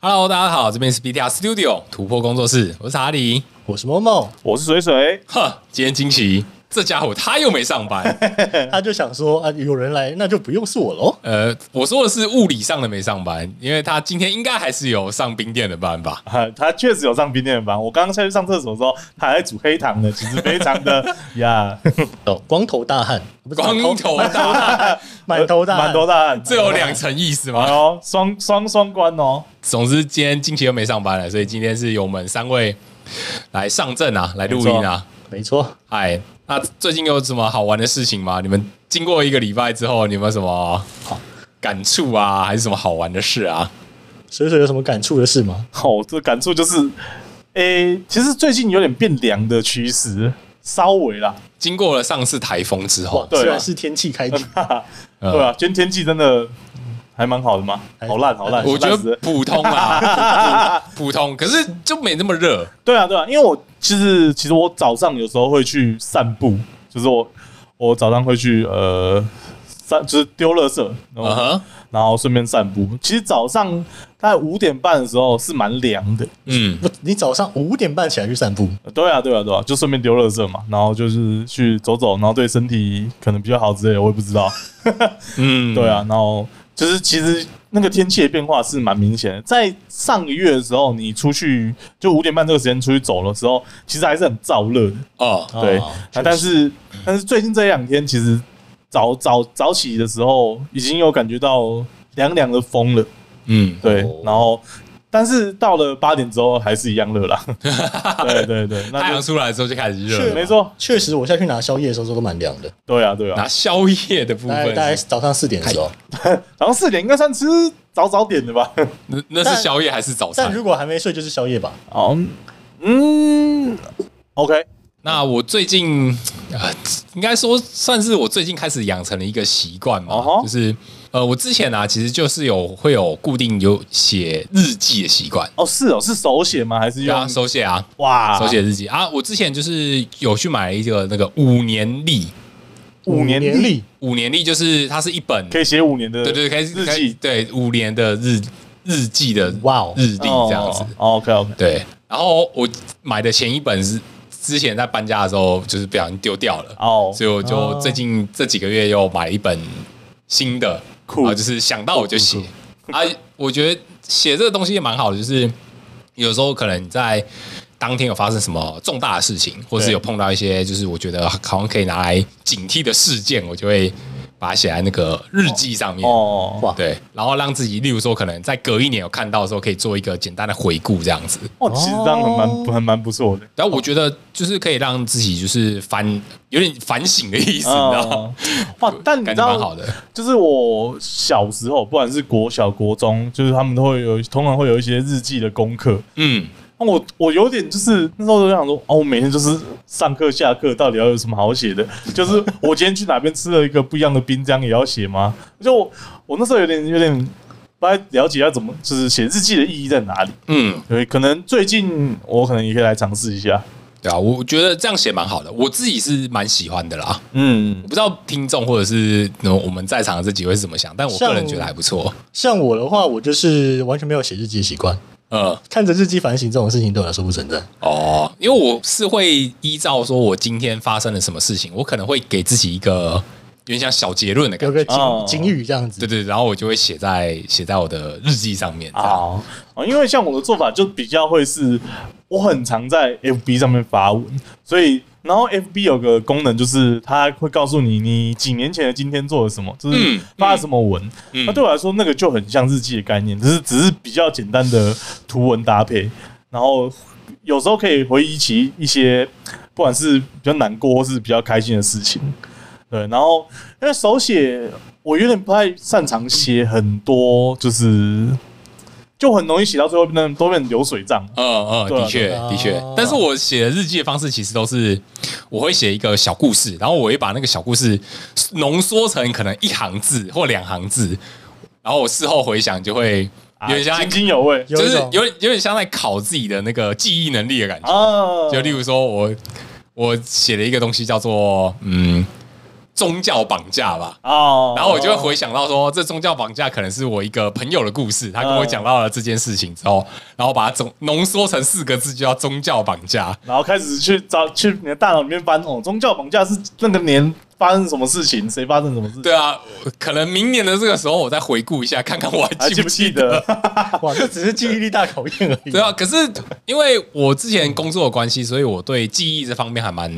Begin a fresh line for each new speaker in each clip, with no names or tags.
Hello，大家好，这边是 BTR Studio 突破工作室，我是查理。
我是某某，
我是水水，
呵，今天惊奇，这家伙他又没上 班。
他就想说啊，有人来，那就不用是我喽。
呃，我说的是物理上的没上班，因为他今天应该还是有上冰店的班吧？
啊、他确实有上冰店的班。我刚刚下去上厕所的时候，他还在煮黑糖呢，其实非常的 呀，
哦，光头大汉，不是
光头大 汉，
满头大汉，
满头大汗，
这有两层意思
哎
吗？
呦，双双双关哦，
总之，今天惊奇又没上班了，所以今天是由我们三位来上阵啊，来录音啊。
没错。
嗨，那最近有什么好玩的事情吗？你们经过一个礼拜之后，你有没有什么好感触啊，还是什么好玩的事啊？
水水有什么感触的事吗？
哦，这感触就是，诶、其实最近有点变凉的趋势，稍微啦，
经过了上次台风之
哇
后，，
对啊
虽然是天气开局，
哈哈，
嗯
对啊，今天天气真的还蛮好的嘛，
还
好烂好烂，
我觉
烂死
得
了
普通 啦，普普通，可是就没那么热。
对啊，对啊，因为我其实其实我早上有时候会去散步，就是我我早上会去呃散，就是丢垃圾，然
嗯
后、
哼，
然后顺便散步。其实早上大概五点半的时候是蛮凉的，
嗯，
不，你早上五点半起来去散步，
对啊，对啊，对啊，就顺便丢垃圾嘛，然后就是去走走，然后对身体可能比较好之类的，我也不知道。
嗯，
对，啊，然后就是其实那个天气的变化是蛮明显的。在上个月的时候，你出去就五点半这个时间出去走的时候，其实还是很燥热的。
哦，
对，
哦
啊，但是但是最近这两天，其实早早早起的时候，已经有感觉到凉凉的风了，
嗯，
对，
哦
然后但是到了八点之后，还是一样热 啦，对对对，
太
那
阳
就
出来之后就开始热
是
了
没。错，
确实，我下去拿宵夜的时候都蛮凉的，
对啊对啊
拿，宵夜的部
大概
分
大概
是，
早上四点的时候。
然后四点应该算吃早早点的吧？
那那是宵夜还是早
但
餐？
如果还没睡，就是宵夜吧。
哦，嗯，OK，
那我最近啊、呃应该说算是我最近开始养成了一个习惯嘛
哦吼
就是呃，我之前啊，其实就是有会有固定有写日记的习惯，
哦是哦，是手写吗？还是
对啊，
用
手写啊，
哇
手写日记啊。我之前就是有去买一个那个五年历，
五年
年历，
五年历就是它是一本，
可以写五年的
对对，开始
日记
对五年的日日记的
哇哦
日历这样子，
？OK OK，
对。然后我买的前一本是之前在搬家的时候就是不小心丢掉了，
哦
所以我就最近这几个月又买一本新的，
酷
然后就是想到我就写
酷
啊。我觉得写这个东西也蛮好的，就是有时候可能你在当天有发生什么重大的事情，或是
对
有碰到一些就是我觉得好像可以拿来警惕的事件，我就会把它写在那个日记上面。
哦
哇
对，然后让自己，例如说，可能在隔一年有看到的时候，可以做一个简单的回顾，这样子。
哦，其实这样很蛮很蛮不错的。
然后我觉得，就是可以让自己就是反有点反省的意思，你知道吗？
哦哇！但你
啊感
知
觉蛮好
道，
的。
就是我小时候，不管是国小、国中，就是他们都会有，通常会有一些日记的功课。
嗯，
那我我有点就是那时候就想说，哦，我每天就是上课下课，到底要有什么好写的？就是我今天去哪边吃了一个不一样的冰浆，也要写吗？就我我那时候有点有点不太了解要怎么，就是写日记的意义在哪里。
嗯，
对，可能最近我可能也可以来尝试一下。
对啊，我我觉得这样写蛮好的，我自己是蛮喜欢的啦。
嗯
我，不知道听众或者是呃我们在场的这几位是怎么想，但我个人
像
觉得还不错。
像我的话，我就是完全没有写日记的习惯，
嗯，
看着日记反省这种事情对我来说不存在。
哦，因为我是会依照说我今天发生了什么事情，我可能会给自己一个有点像小结论的感
有
觉。
个警
哦
警语这样子
对，对，然后我就会写在写在我的日记上面。啊，
啊，哦，因为像我的做法就比较会是，我很常在 FB 上面发文，所以然后 FB 有个功能就是它会告诉你你几年前的今天做了什么，就
嗯
是发了什么文。
嗯
那对我来说，那个就很像日记的概念，只是只是比较简单的图文搭配，然后有时候可以回忆起一些不管是比较难过或是比较开心的事情。对，然后因为手写我有点不太擅长写很多，就是就很容易写到最后那都变流水账。
嗯嗯，
对啊
的确
对啊
的确，但是我写日记的方式其实都是我会写一个小故事，然后我会把那个小故事浓缩成可能一行字或两行字，然后我事后回想就会有点像在
啊津津有味
啊有
就
一
是
种
有点有点像在考自己的那个记忆能力的感觉。
啊，
就例如说我我写了一个东西叫做嗯宗教绑架吧。
哦，
然后我就会回想到说，这宗教绑架可能是我一个朋友的故事，他跟我讲到了这件事情之后，然后把它总浓缩成四个字，就叫宗教绑架。
然后开始去找去你的大脑里面翻哦，宗教绑架是那个年发生什么事情，谁发生什么事，
对啊，可能明年的这个时候，我再回顾一下，看看我还
还
记不
记不
记
记
得。
得？
哇，这只是记忆力大考验而已。
对啊，可是因为我之前工作的关系，所以我对记忆这方面还蛮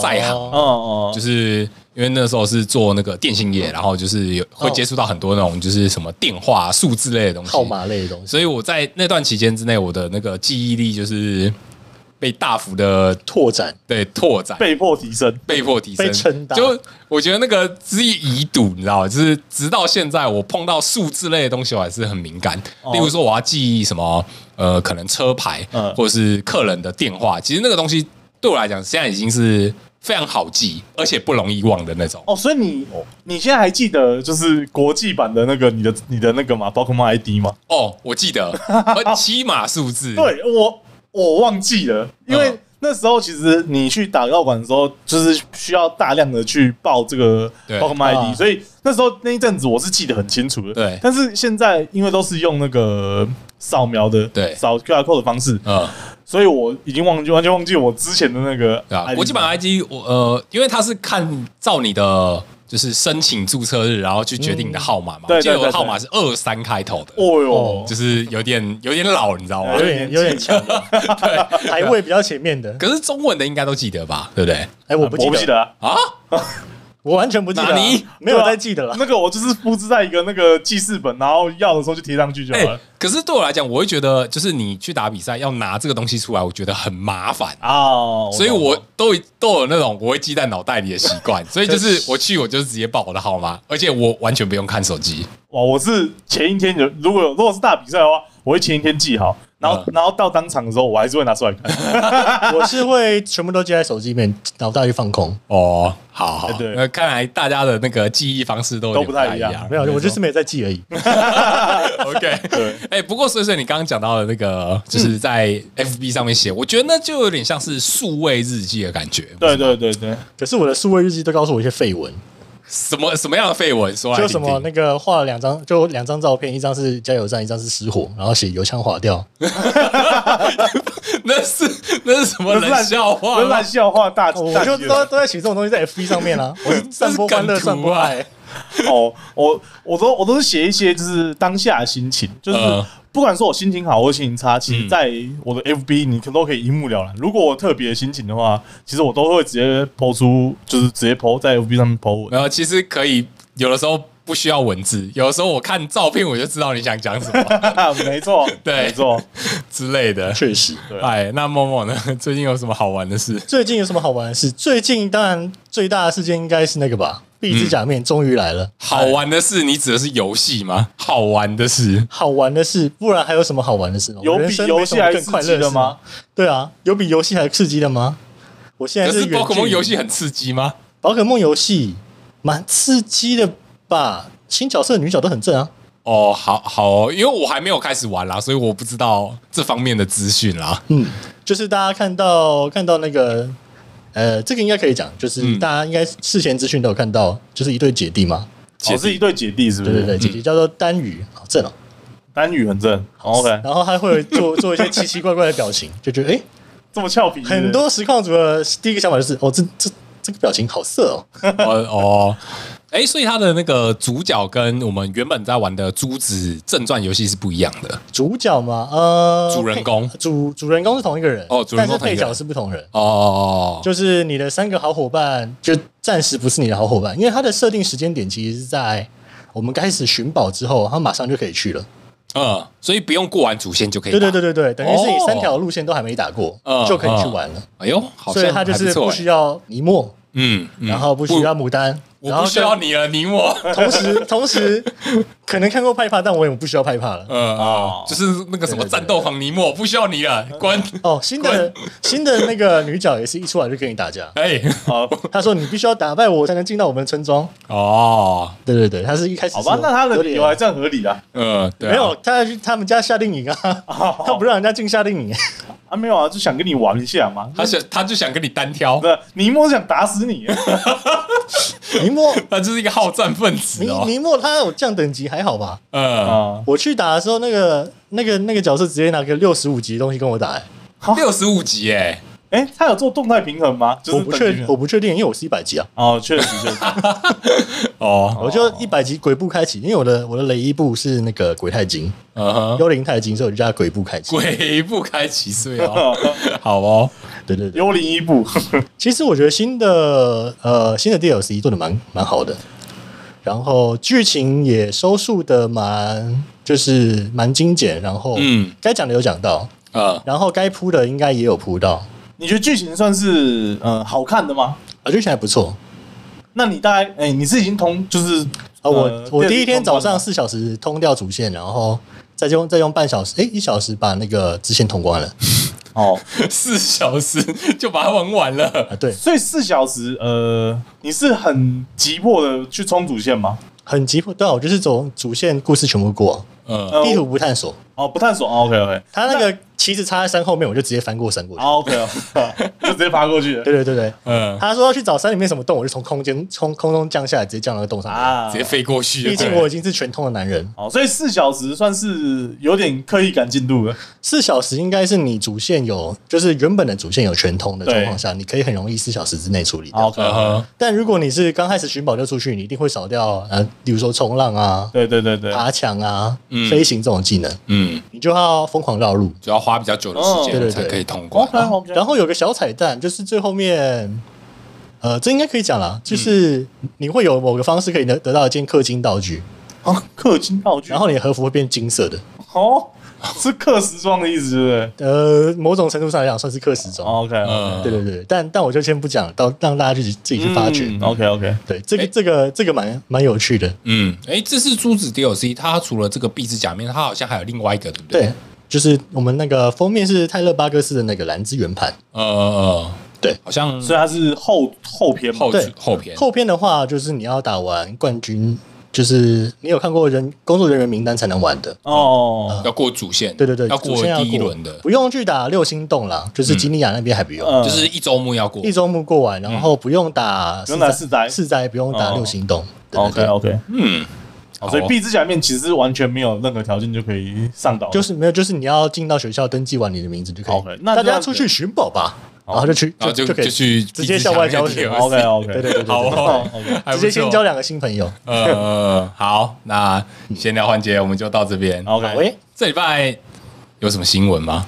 在行
哦
哦哦，
就是因为那时候是做那个电信业，然后就是有会接触到很多那种就是什么电话、数字类的东西，
号码类的东西，
所以我在那段期间之内，我的那个记忆力就是被大幅的
拓展
对拓展。
被迫提升，
被迫提升，
被撑大
就我觉得那个是一遗毒，你知道吗？就是直到现在，我碰到数字类的东西，我还是很敏感。
哦
例如说，我要记忆什么，呃，可能车牌，
嗯
或者是客人的电话。其实那个东西对我来讲，现在已经是非常好记，而且不容易忘的那种。
哦，所以你你现在还记得就是国际版的那个你的你的那个嘛，宝可梦 ID 吗？
哦，我记 得，呃起码数字，
对我我忘记了，因为
嗯
那时候其实你去打药馆的时候，就是需要大量的去报这个
对
包括 m
啊
ID，所以那时候那一阵子我是记得很清楚的。
对
但是现在因为都是用那个扫描的，
对
扫 QR code 的方式，
嗯，
所以我已经忘记完全忘记我之前的那个
对啊
ID，
国际版 ID，我呃，因为它是看照你的就是申请注册日，然后去决定你的号码嘛。
嗯对
我记得
对
我的
对
号码是二三开头的。
哦哟
哦，
就是有点有点老，你知道吗
有？点有点强， 排位啊比较前 面的。
可是中文的应该都记得吧，对不对？
哎，我不记
我不记
得，
得啊。
啊，
我完全不记得
哪里
啊，没有再记得了。
那个我就是复制在一个那个记事本，然后要的时候就贴上去就好
哎、
了。
可是对我来讲，我会觉得就是你去打比赛要拿这个东西出来，我觉得很麻烦。
啊，
所以
懂
我都都有那种我会记在脑袋里的习 惯，所以就是我去我就直接报我的号码，而且我完全不用看手机。
哇，我是前一天有，如果有如果是大比赛的话，我会前一天记好，然后、
嗯
然后到当场的时候，我还是会拿出来看。
我是会全部都记在手机里面，脑袋去放空。
哦，好好
哎，对
那看来大家的那个记忆方式都有点
都不太
一
一样
没有，我就是没有在记而已。
OK，对，哎，不过水水，你刚刚讲到的那个，就是在 FB 上面写，我觉得那就有点像是数位日记的感觉。
对对对对，
可是我的数位日记都告诉我一些绯闻，
什么什么样的绯闻？说来
就
听
什
听。
么那个画了两张，就两张照片，一张是加油站，一张是失火，然后写油枪划掉。
那是那是什么冷笑话
那
吗
烂？笑话大，
哦我
大
就
集
都都在写这种东西在 FB 上面啊，我是散播欢乐，
这是梗
散
图
播
啊
爱。
哦，我我都我都是写一些就是当下的心情，就是。
嗯
不管说我心情好或心情差，其
嗯
实在我的 FB 你可都可以一目了然。如果我特别的心情的话，其实我都会直接抛出，就是直接抛在 FB 上面抛文。
然后其实可以，有的时候不需要文字，有的时候我看照片我就知道你想讲什么
没错，
对
没错。
之类的。
确实，
对啊
哎，那默默呢？最近有什么好玩的事？
最近有什么好玩的事？最近当然最大的事件应该是那个吧，壁纸假面终于来了。
好玩的事，你指的是游戏吗？好玩的事，
好玩的事，不然还有什么好玩的事吗？
有
我人
比
生
游
没什
戏
么
还
更
刺
快
激
乐
的
的
吗？？
对啊，有比游戏还刺激的吗？我现在
可是
远
宝可
距
梦
离
游戏很刺激吗？
宝可梦游戏蛮刺激的吧？新角色女角都很正啊。
哦，好好哦，因为我还没有开始玩啦，所以我不知道这方面的资讯 啦。
嗯，就是大家看到看到那个，呃，这个应该可以讲，就是
嗯
大家应该事前资讯都有看到，就是一对姐弟嘛，
姐
哦，
弟
是一对姐弟，是不
对
是？
嗯
对对，姐姐叫做丹羽，好正哦。
单语很正。哦 OK，
然后她会做做一些奇奇怪怪的表情，就觉 得哎，
这么俏皮是不是，
很多实况组的第一个想法就是，哦，这这这个表情好色哦。
哦哦，哎、所以他的那个主角跟我们原本在玩的《珠子正传》游戏是不一样的
主角嘛，呃，
主人公
配主主人公是同一个人
哦主人公
但是配
同一个人
角是不同人。
哦。
就是你的三个好伙伴，就暂时不是你的好伙伴，因为它的设定时间点其实是在我们开始寻宝之后，他马上就可以去了。
嗯，所以不用过完主线就可以。
对对对，对对，等于是你
哦
三条路线都还没打过，
嗯
就可以去玩了。
哎呦，好
所以
像
它就
还
是
错
不
哎
需要尼莫，
嗯，嗯
然后不需要牡丹，
我
然后
不
就
需 要。你了，你我，
同时，同时可能看过派帕，但我也不需要派帕了。
嗯啊
哦，
就是那个什么战斗狂尼莫，不需要你了，关。
哦，新的新的那个女角也是一出来就跟你打架。
哎，
好，
她说：“你必须要打败我才能进到我们的村庄。
哦，”
对对对，她是一开始
好吧
是，
那他的
有
理
点
由还算合理啊。
嗯，对啊
哦
没有，他要去他们家夏令营啊，他不让人家进夏令营，
啊，没有啊，就想跟你玩一下嘛。
他想他就想跟你单挑，
对，尼莫想打死 你，
尼莫，
他就是一个好战分子
尼
哦。
尼莫他有降等级还好吧？
呃，
啊，
我去打的时候，那个那个那个角色直接拿个六十五级的东西跟我打、欸，
六十五级哎，
哎，他有做动态平衡吗？就
我
是
不
等级啊平
确
衡
我不确定，因为我是一百级啊，
哦，确实 确实，
哦，
我就一百级鬼步开启，因为我的我的雷伊步是那个鬼太精，
嗯哼，
幽灵太精，所以我就叫它鬼步开启。
鬼不开其岁 哦，好哦，
对对对，
幽灵伊布，
其实我觉得新的呃新的 DLC 做的蛮蛮好的，然后剧情也收束的蛮就是蛮精简，然后
嗯
该讲的有讲到，
呃，
然后该铺的应该也有铺到，
你觉得剧情算是呃好看的吗？
我觉得现在不错。
那你大概哎、你是已经通就是
啊，我
呃
我第一天早
电
上
力
四小时通掉主线，然后再用再用半小时，诶，一小时把那个支线通关了
通关吗哦，
四小时就把它玩完了。
啊。对，
所以四小时呃，你是很急迫的去冲主线吗？
很急迫，对啊，我就是走主线故事全部过，
嗯，
呃
地图不探索。
哦，不探索、哦、，OK OK，
他那个旗子插在山后面，我就直接翻过山过去。
好 OK，哦就直接爬过去了
对对对对，
嗯，
他说要去找山里面什么洞，我就从空间从空中降下来，直接降到那个洞上面。
啊
直。接飞过去就对
啊毕
了。
竟我已经是全通的男人，
哦，所以四小时算是有点刻意赶进度了。
四小时应该是你主线有，就是原本的主线有全通的
对
状况下，你可以很容易四小时之内处理掉。
好，OK，
嗯哼，
但如果你是刚开始寻宝就出去，你一定会少掉呃，比如说冲浪啊、
对对对对，
爬墙啊、
嗯
飞行这种技能，
嗯，
你就要疯狂绕路。
就要花比较久的
哦
时
对对
间
对哦
才可以通关
OK，。好
然后有个小彩蛋，就是最后面，呃，这应该可以讲了，就是
嗯
你会有某个方式可以得得到一件氪金道具，
哦，氪金道具，
然后你的和服会变金色的。
哦，是氪时装的意思，对不对
呃，某种程度上来讲算是氪时装。
？OK，
嗯，
对对对，但但我就先不讲，到让大家去自己去发嗯掘。
OK OK，
对，这个
哎
这个这个蛮蛮有趣的。
嗯，哎，这是珠子 DLC，它除了这个壁纸假面，它好像还有另外一个，对不对？
对，就是我们那个封面是泰勒巴克斯的那个蓝之圆盘。
呃，呃，
对
好像
所以它是后后篇嘛
后
对
后篇
后篇的话，就是你要打完冠军，就是你有看过人工作人员名单才能玩的。嗯
哦，
要过主线，
对对对，
要
主
过
线要
第一轮的，
不用去打六星洞啦，就是吉尼亚那边还不用，
嗯
就是一周目要过
一。周目过完，然
嗯
后不用打
不用打
四
四灾
四灾不用打
哦
六星洞。对对
OK
对啊
OK，
嗯，好哦
所以壁纸假面其实完全没有任何条件就可以上岛，
就是没有，就是你要进到学校登记完你的名字就可以。
OK，那
大
这
家
样子
出去寻宝吧，
好
然后就去
然后就
就可以
就去
直接校外教学。
壁纸假面
OK
DLC
OK，
对对 对对
好
对，
哦，还
直
不
接
错
先交两个新朋友。
呃，好，那闲聊环节我们就到这边。
好
OK，
诶，
这礼拜有什么新闻吗？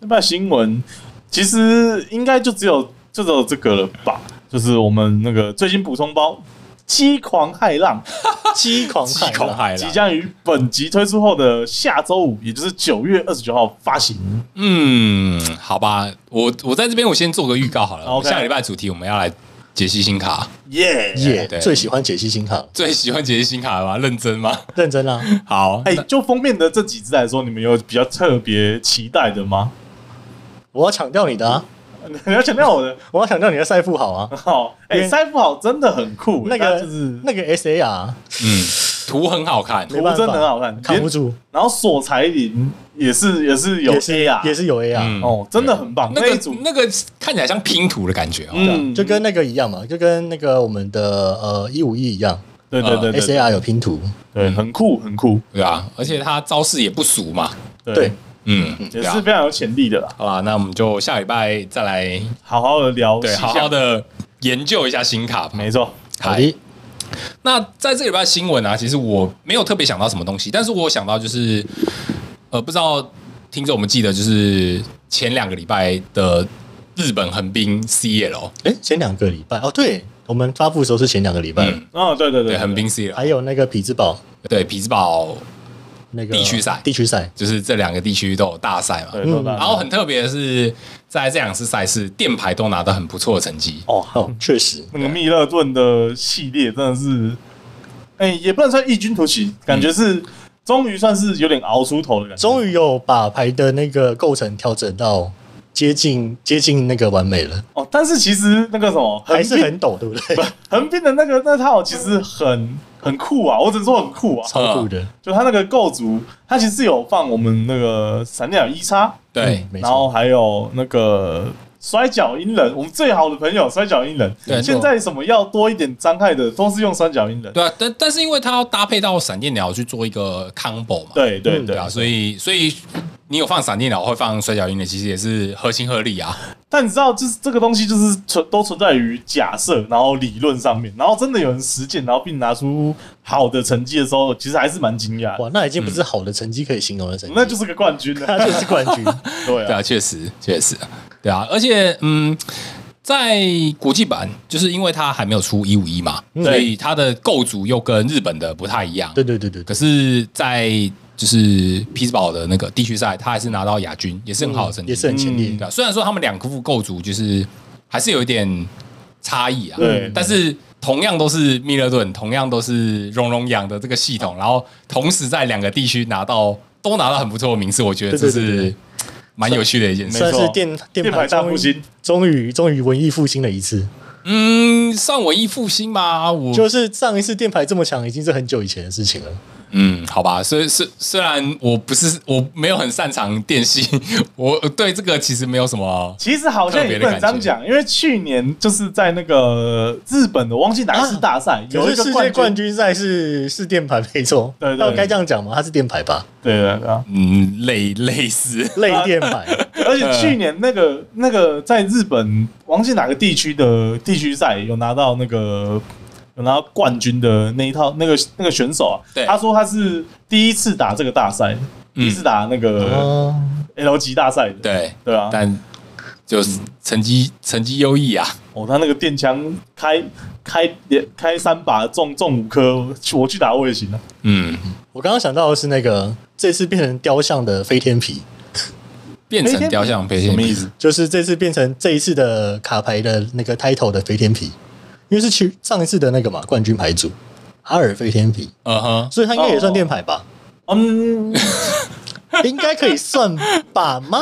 那么新闻其实应该就只有就只有这个了吧，就是我们那个最新补充包。激狂骇浪
激狂啊派啦
激恐海
即
啦，
将于本集推出后的下周五，也就是九月二十九号发行。
嗯，好吧，我我在这边我先做个预告好了。
OK
我们下个礼拜的主题我们要来解析新卡，
耶
耶
对
最喜欢解析星卡，
最喜欢解析新卡了吧？认真吗？
认真啊啦、
好，
哎、就封面的这几只来说，你们有比较特别期待的吗？
我要抢掉你的啊！
你要强调我的
我要抢掉你的赛富好 啊！
好，
因
哎、
为
塞夫好真的很酷、
那
它
个
就是
那个 S A R 啊
嗯，图很好看，
没办法
图真的很好看
扛不住，
然后索财林也是也是有
也是
A 啊，
也是有 A R，、
嗯
哦，真的很棒
那
一
个
组，
那个看起来像拼图的感觉哦。
嗯，
就跟那个一样嘛，就跟那个我们的呃一五一一样
对对对对
呃，S E A
对
R 有拼图，
对，很酷很酷，
对啊，而且它招式也不俗嘛。
对，
嗯，
也
对啊
是非常有潜力的啦。
好啦，那我们就下礼拜再来
好好的聊，
对好好，的研究一下新卡吧。
没错，
好的，
那在这礼拜的新闻啊，其实我没有特别想到什么东西，但是我有想到就是，呃，不知道听着我们记得就是前两个礼拜的日本横滨 CL，
哎，前两个礼拜哦，对我们发布的时候是前两个礼拜，
嗯，
哦，对对对
对，
对，
横滨
还
CL，
有那个匹兹堡
对，匹兹堡
那个
地区赛
地区赛，
就是这两个地区都有大赛嘛。
对，对对
嗯
对
然后很特别的是，在这两次赛事，电牌都拿到很不错的成绩。
哦，
哦，确实，
那个密勒顿的系列真的是，哎，也不能算异军突起，感觉是终于算是有点熬出头的感觉，
终于有把牌的那个构成调整到接近接近那个完美了，
哦，但是其实那个什么，
还是
横滨
很陡，对不对？
横滨的那个那套其实很很酷啊，我只能说很酷啊。
超酷的，
就它那个构筑，它其实是有放我们那个闪电鸟一叉，
对
嗯，没
然后
错，
还有那个摔角鹰人，我们最好的朋友摔角鹰人
对。
现在什么要多一点伤害的，都是用摔角鹰人。
对啊，但但是因为它要搭配到闪电鸟去做一个 combo 嘛，
对对
嗯
对
对，啊，所以所以你有放闪电鸟，会放摔角鹰的，其实也是合情合理啊。
但你知道，就是这个东西就是存都存在于假设，然后理论上面，然后真的有人实践，然后并拿出好的成绩的时候，其实还是蛮惊讶的。
哇，那已经不是好的成绩可以形容的成绩，
嗯那就是个冠军 啊
他
了，
就是冠 军，
对
对
啊，
啊，确实确实，对啊，而且嗯，在国际版，就是因为它还没有出一五一嘛，
嗯
所以它的构筑又跟日本的不太一样。
对对对对
可
对，
是，在就是匹兹堡的那个地区赛，他还是拿到亚军，也是很好的成绩，
也是很前列
嗯
对、啊、虽然说他们两副构筑就是还是有一点差异啊，
对
但是同样都是密勒顿，同样都是荣荣养的这个系统，然后同时在两个地区拿到都拿到很不错的名次，我觉得这
对对对
是蛮有趣的一件事。
算是
没错
电电
电牌大
终于
复兴
终于终于文艺复兴了一次，
嗯，算文艺复兴吗？
嗯
我
就是上一次电牌这么强已经是很久以前的事情了，
嗯，好吧，虽虽虽然我不是我没有很擅长电信， 我对这个其实没有什么。
其实好像也不能这样讲，因为去年就是在那个呃日本的，我忘记哪一次大赛、有
啊可
一
是
个
世界冠
冠军，
军赛是是电牌没错，
对对
那我该这样讲吗？它是电牌吧，
对对对啊，
嗯，类类似，
类电牌，
而
嗯
且去年那个那个在日本，忘记哪个地区的地区赛有拿到那个有拿到冠军的那一套那个那个选手啊
对，嗯
他说他是第一次打这个大赛，第一次打那个
哦，
L 级大赛的，
对，
对啊，
但就是成绩成绩优异啊，
哦，他那个电枪开开连开三把中中五颗，我去打我也行啊。
嗯，
我刚刚想到的是那个这次变成雕像的飞天皮，
变成雕像培训
什么意思？
就是这次变成这一次的卡牌的那个 title 的飞天皮，因为是去上一次的那个嘛冠军牌组阿尔飞天皮，
嗯哼，
所以它应该也
哦
算电牌吧？
嗯，
应该可以算吧吗？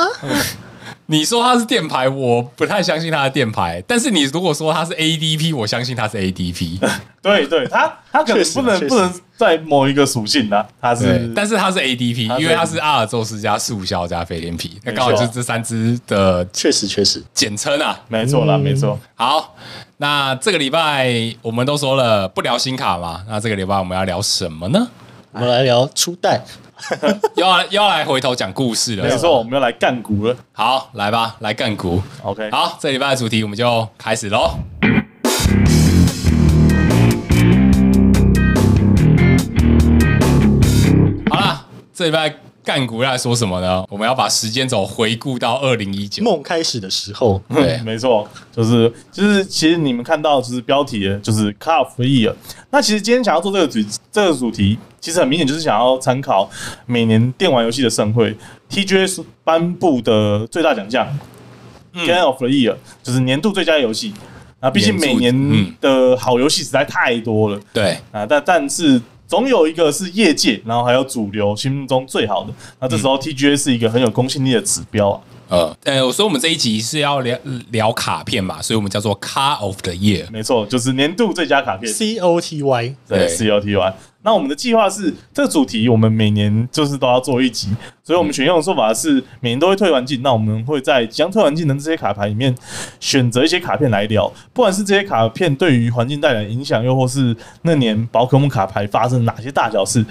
你说他是电牌，我不太相信他的电牌，但是你如果说他是 ADP，我相信他是 ADP，
对对，他他
确
可能
实
不能
确实
不能在某一个属性啊，他
对
是，
但
是
是他是 ADP，
他是
因为他是阿尔宙斯加速效加飞天皮，那刚好
没
就
错
是这三只的
确实，确实，
简称啊。
没错啦，
嗯
没错。
好，那这个礼拜我们都说了不聊新卡嘛，那这个礼拜我们要聊什么呢？
哎
我们来聊初代。
又要又要来回头讲故事
没
了。
错，我们要来干股了。
好，来吧，来干股。
OK，
好，这礼拜的主题我们就开始喽。好啦，这礼拜干股要来说什么呢？我们要把时间轴回顾到二零一九。
梦开始的时候，
对，
没错，就是就是，其实你们看到就是标题的，就是 Cup E 了。那其实今天想要做这个主这个主题，其实很明显就是想要参考每年电玩游戏的盛会 TGS 颁布的最大奖项 Game of the Year，就是年度最佳游戏。啊，毕竟每
年度
年的好游戏实在太多了，
对，
啊，但但是总有一个是业界，然后还有主流心目中最好的。那这时候 TGA 是一个很有公信力的指标啊，
呃，呃，所以我们这一集是要聊聊卡片嘛，所以我们叫做 Car of the Year。
没错，就是年度最佳卡片。
C O T Y，
对
对 C O T Y。那我们的计划是，这个主题我们每年就是都要做一集，所以我们选用的做法是每年都会退环境。那我们会在即将退环境的这些卡牌里面选择一些卡片来聊，不管是这些卡片对于环境带来的影响，又或是那年宝可梦卡牌发生哪些大小 事。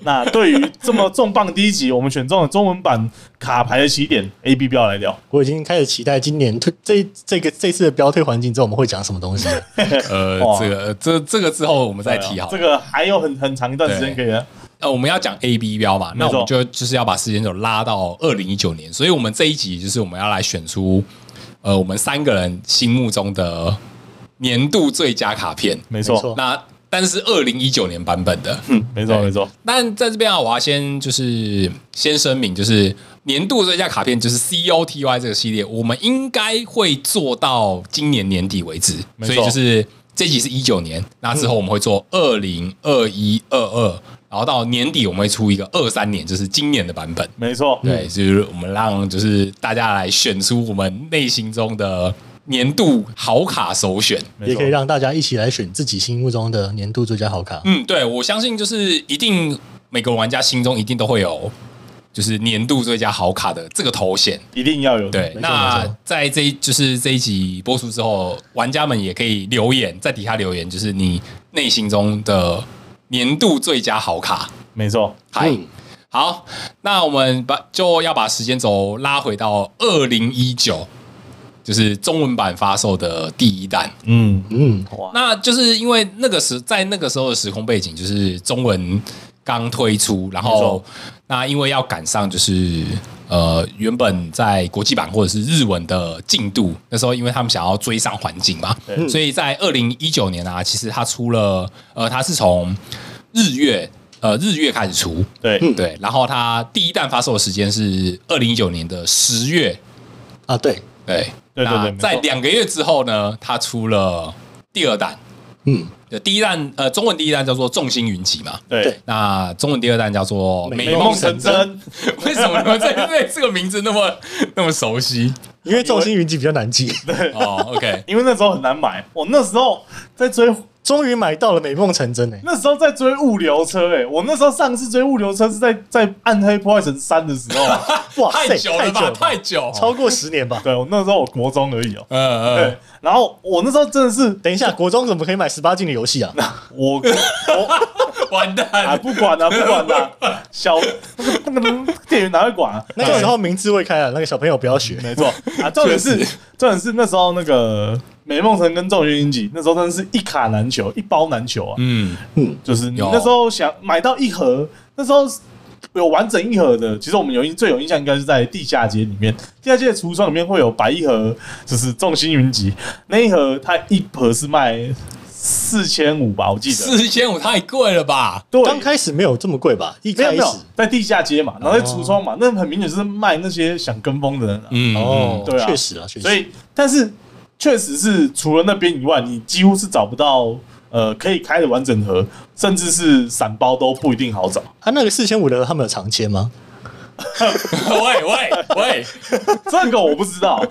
那对于这么重磅的第一集，我们选中了中文版卡牌的起点 A B 标来聊。
我已经开始期待今年退这这个这次的标退环境之后我们会讲什么东西了。
呃，
哇
这个这这个之后我们再提好了。
这个还有很很长一段时间可以啊。
呃，我们要讲 A B 标嘛，那我们
没错
就就是要把时间轴拉到二零一九年，所以我们这一集就是我们要来选出呃我们三个人心目中的年度最佳卡片。
没
没
错
错，
那但是二零一九年版本的，
嗯，没错，没错，
但在这边啊，我要先就是先声明，就是年度最佳卡片就是 C O T Y 这个系列，我们应该会做到今年年底为止，
没
所
错
以就是这集是一九年，那之后我们会做二零二一二二，然后到年底我们会出一个二三年，就是今年的版本。
没错。
对，就是我们让就是大家来选出我们内心中的年度好卡首选。
没
也
错
可以让大家一起来选自己心目中的年度最佳好卡。
嗯，对，我相信就是一定每个玩家心中一定都会有就是年度最佳好卡的这个头衔。
一定要有
对，
没错没
那
错
在这一就是这一集播出之后，玩家们也可以留言，在底下留言，就是你内心中的年度最佳好卡。
没错，
嗨、好，那我们把就要把时间轴拉回到二零一九，就是中文版发售的第一弹。
嗯，
嗯，
那就是因为那个时在那个时候的时空背景，就是中文刚推出，然
没
后
错
那因为要赶上就是呃原本在国际版或者是日文的进度，那时候因为他们想要追上环境嘛，
对
所以在二零一九年啊，其实它出了呃，它是从日月呃日月开始出，
对，
嗯
对，然后它第一弹发售的时间是二零一九年的十月，
啊，对，
对
对对
那
对没错
在两个月之后呢，它出了第二弹。
嗯，
对，第一弹呃，中文第一弹叫做《众星云集》嘛，
对
对，
那中文第二弹叫做《
美
美梦成真》。 为什么你们对对这个名字那么那么熟 悉？
因为众星云集比较难记，
哦，OK，
因为那时候很难买，我那时候在追，
终于买到了美梦成真欸诶、
那时候在追物流车、欸，哎，我那时候上次追物流车是在在暗黑破坏神三的时候啊，
哇塞，
太久了吧，太
太久
久
了，超过十年吧。
对我那时候我国中而已哦、
呃呃
对，，然后我那时候真的是
等一下，国中怎么可以买十八禁的游戏 啊？
我我
完
啊
蛋，
不 管了、不管了、小那个那个店员哪会管啊？
那个时候明智未开啊，那个小朋友不要学。
没错啊，重点是重点是那时候那个美梦成跟众云英集，那时候真的是一卡难求，一包难求啊，
嗯，
就是你
有
那时候想买到一盒，那时候有完整一盒的。其实我们有印最有印象应该是在地下街里面，地下街的橱窗里面会有白一盒，就是众星云集那一盒，它一盒是卖四千五吧，我记得。
四千五太贵了吧？
对，
刚开始没有这么贵吧？一
没
开
有没
始
有在地下街嘛，然后在橱窗嘛，那很明显就是卖那些想跟风的人、啊。
嗯，
哦，
对啊
确实啊，确实。
所以，但是确实是除了那边以外，你几乎是找不到呃可以开的完整盒，甚至是散包都不一定好找。
他、啊那个四千五的，他们有常切吗？
嗯 喂喂喂，
这个我不知道，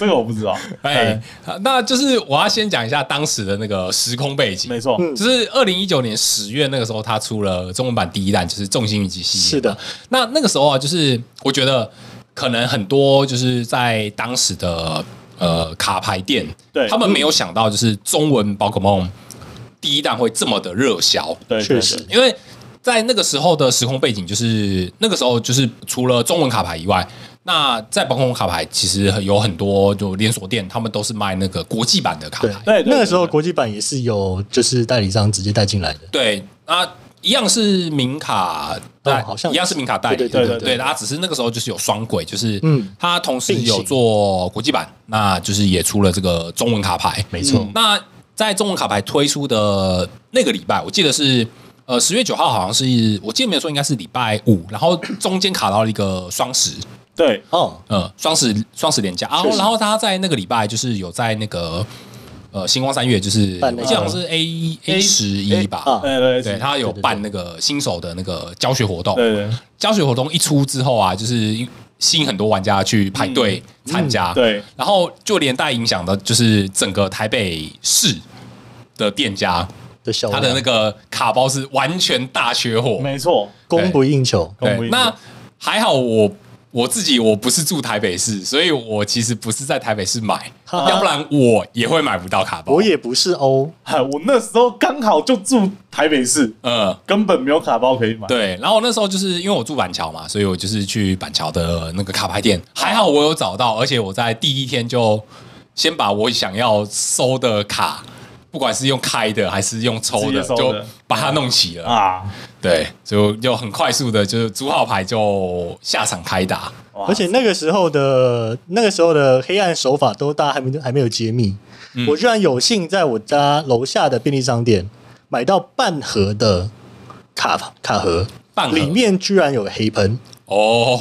这个我不知道。
哎，那就是我要先讲一下当时的那个时空背景
没。错，
嗯
就是二零一九年十月那个时候，他出了中文版第一弹，就是《众星云集》系列。
是的，
那那个时候啊，就是我觉得可能很多就是在当时的呃卡牌店，
对
他们没有想到就是中文宝可梦第一弹会这么的热销，
对，
确实
对
因为在那个时候的时空背景，就是那个时候就是除了中文卡牌以外。那在宝可梦卡牌其实有很多就连锁店，他们都是卖那个国际版的卡
对
牌，
对对
那个时候国际版也是有，就是代理商直接带进来的。
对啊，一样是明卡代，
哦好像
一样是明卡代理，
对
对对对
对，它只是那个时候就是有双轨，就是嗯
嗯，
它同时
并行
有做国际版，那就是也出了这个中文卡牌，
没错，
嗯
那在中文卡牌推出的那个礼拜，我记得是呃十月九号，好像是我记得没有说应该是礼拜五，然后中间卡到了一个双十，
对
哦，
呃，双十双十连假，然后然后他在那个礼拜就是有在那个呃星光三月，就是
办
我
那个
记得好像是 A A 十一吧，
啊
对对
对
对
他有办那个新手的那个教学活动，
对对
教学活动一出之后啊，就是吸引很多玩家去排队参加，
对，
然后就连带影响的就是整个台北市的店家，
的销
他
量
的那个卡包是完全大缺货，
哦没错，
供不应求。
供不
对，
应
那
求
还好我。我自己我不是住台北市，所以我其实不是在台北市买，
哈哈
要不然我也会买不到卡包。
我也不是哦欧，
嗨我那时候刚好就住台北市，
嗯，
根本没有卡包可以买。
对，然后那时候就是因为我住板桥嘛，所以我就是去板桥的那个卡牌店，还好我有找到，而且我在第一天就先把我想要收的卡，不管是用开的还是用抽
直
的，
接收
就
的
把它弄齐了。
啊，
对，所以我就很快速的，就是组好牌就下场开打。
哇
而且那个时候的那个时候的黑暗手法都大家还没还没有揭秘，
嗯
我居然有幸在我家楼下的便利商店买到半盒的卡卡盒，
半盒
里面居然有黑喷，
哦，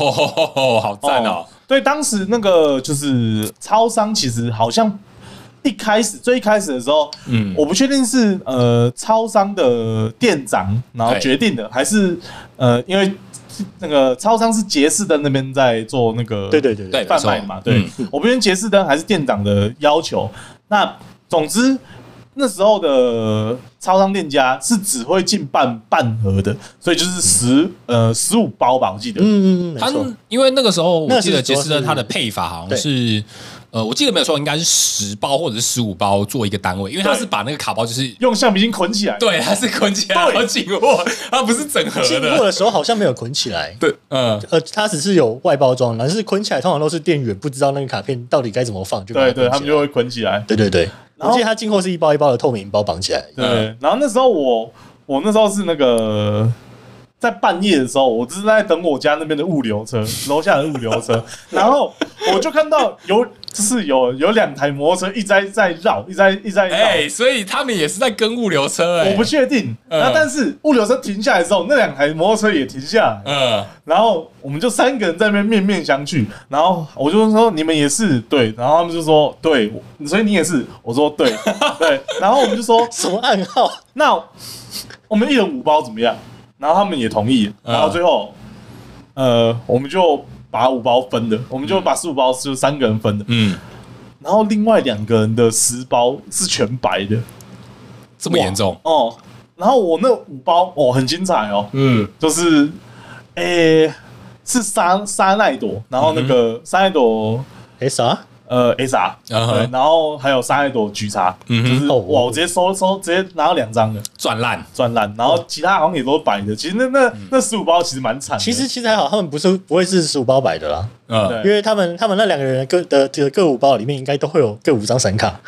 好赞哦！
对，当时那个就是超商，其实好像一开始最一开始的时候，
嗯
嗯，我不确定是呃超商的店长然后
对
决定的，还是呃因为那个超商是杰士登那边在做那个
对对对嗯
对
贩卖嘛，对，我不认杰士登还是店长的要求。那总之那时候的超商店家是只会进半半盒的，所以就是十呃十五包吧，我记得。
嗯嗯嗯，没
他
错，
因为那个时候我记
那
得
是
杰斯登
主要是
他的配法好像是。呃，我记得没有错，应该是十包或者是十五包做一个单位，因为他
对
是把那个卡包就是
用橡皮筋捆起来，
对，它是捆起来
对
然后紧握，它不是整合
进货
的。
的时候好像没有捆起来。
对，嗯，
呃，它只是有外包装，但是捆起来通常都是店员不知道那个卡片到底该怎么放，就把它
对对，
捆
他
起
们
来
就会捆起来。
对对对。我
然后
记得它进货是一包一包的透明包绑起来，
对
嗯，
然后那时候我我那时候是那个在半夜的时候，我只是在等我家那边的物流车， 楼下的物流车，然后我就看到有就是有有两台摩托车一直在在绕，一直在一直在绕。
哎，所以他们也是在跟物流车，哎，
我不确定，
嗯
那但是物流车停下来之后，那两台摩托车也停下来，
嗯，
然后我们就三个人在那边面面相觑，然后我就说你们也是对，然后他们就说对，我所以你也是，我说对对，然后我们就说
什么暗号？
那我们一人五包怎么样？然后他们也同意，
嗯
然后最后，呃，我们就把五包分了，我们就把十五包就三个人分的，
嗯，
然后另外两个人的十包是全白的，
这么严重，
哦。然后我那五包哦，很精彩哦，
嗯，
就是，诶、是沙沙奈朵，然后那个沙奈朵。
哎啥？
呃，SR，、
嗯哼
对然后还有沙奈朵橘茶，
嗯哼
就是
哦
哇，我直接收收，直接拿到两张了。
赚烂，
转烂，然后其他好像也都摆的。其实那那
嗯
那十五包其实蛮惨的。
其实其实还好，他们不是不会是十五包白的啦，
嗯，
对
因为他们他们那两个人的各的的各五包里面应该都会有各五张闪卡，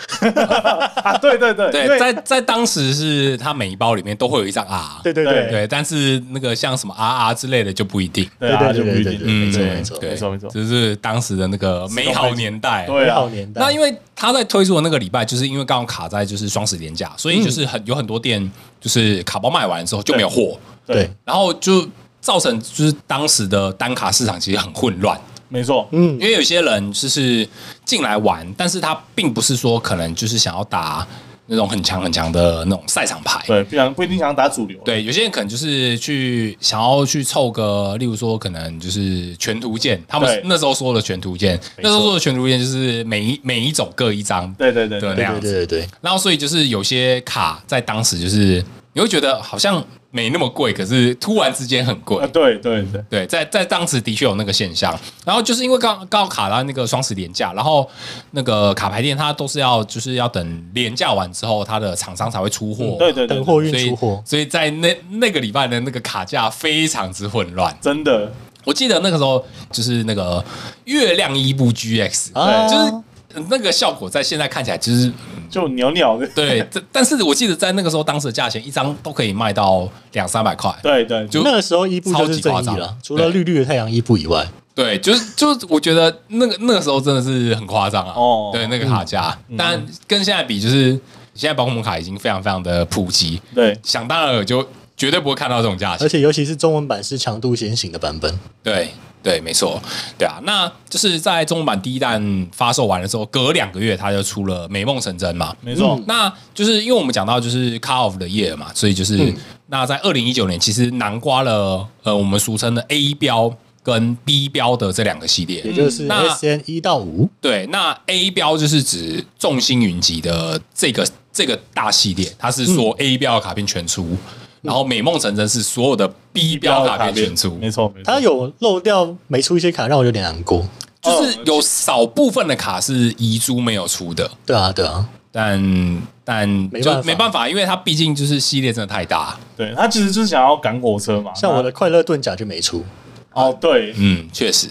啊，对对对，因
对，
为
在在当时是他每一包里面都会有一张 R，
对对对
对
对，但是那个像什么 RR 之类的就不一定，
对啊，
对对
就不
对
一
对
定。
对
嗯，
没错
对
没错
对
没错没错
这是当时的那个美好年代，
对啊
好，年代。
那因为他在推出的那个礼拜，就是因为刚好卡在就是双十连假，所以就是很有很多店就是卡包卖完之后就没有货，
对，
然后就造成就是当时的单卡市场其实很混乱，
没错，
嗯
因，为有些人就是进来玩，但是他并不是说可能就是想要打那种很强很强的那种赛场牌。
对，不想不一定想要打主流。
对，有些人可能就是去想要去凑个，例如说可能就是全图鉴，他们
对
那时候说的全图鉴，那时候说的全图鉴就是每一每一种各一张，
对对对
对
对
那
对
样
对
子
对对对，
然后所以就是有些卡在当时就是你会觉得好像没那么贵，可是突然之间很贵。
啊，对对对，
对，在在当时的确有那个现象，然后就是因为刚刚好卡到那个双十连假，然后那个卡牌店它都是要就是要等连假完之后，它的厂商才会出货，
嗯对对对
等货运
所以
出货，
所以在那那个礼拜的那个卡价非常之混乱。
真的
我记得那个时候就是那个月亮伊布 GX，、
啊
就是呃那个效果在现在看起来就是
就袅袅的。
对，这但是我记得在那个时候，当时的价钱一张都可以卖到两三百块。
对对，就
就
那个时候伊布就是正
超级夸
义
张
了，除了
对
绿绿的太阳伊布以外，
对，就是就是，我觉得那个那个时候真的是很夸张啊。
哦
对，那个卡价，
嗯
但跟现在比，就是现在宝可梦卡已经非常非常的普及，
对
想当然尔就绝对不会看到这种价钱
而。且尤其是中文版是强度先行的版
嗯
本，
对对，没错，对啊，那就是在中文版第一弹发售完了之后，隔两个月它就出了《美梦成真》嘛。
没错，
那就是因为我们讲到就是 Car of the Year 嘛，所以就是、那在二零一九年，其实南瓜了呃我们俗称的 A 标跟 B 标的这两个系列，
也就是
那
S N 一到五，
对，那 A 标就是指众星云集的这个这个大系列，它是说 A 标的卡片全出，然后美梦成真是所有的 B 标卡片全出，
没错没错，
它有漏掉没出一些卡，让我有点难过。哦
就是有少部分的卡是遗珠没有出的，
对啊，对啊，
但但
没办
就
法
没办法，因为它毕竟就是系列真的太大，
对他其实就是想要赶火车嘛。
像
那
我的快乐盾甲就没出，
哦，对，
嗯，确实，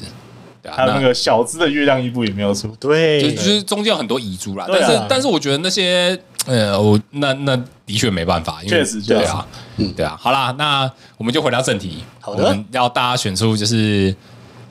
对啊，
还有那个小资的月亮一部也没有出。
就
对，
就是中间有很多遗珠啦，
对
但
啊
是但是我觉得那些呃，我那那的确没办法，因为
确实确实
对啊，对啊，好啦，那我们就回到正题，
嗯好的
我们要大家选出就是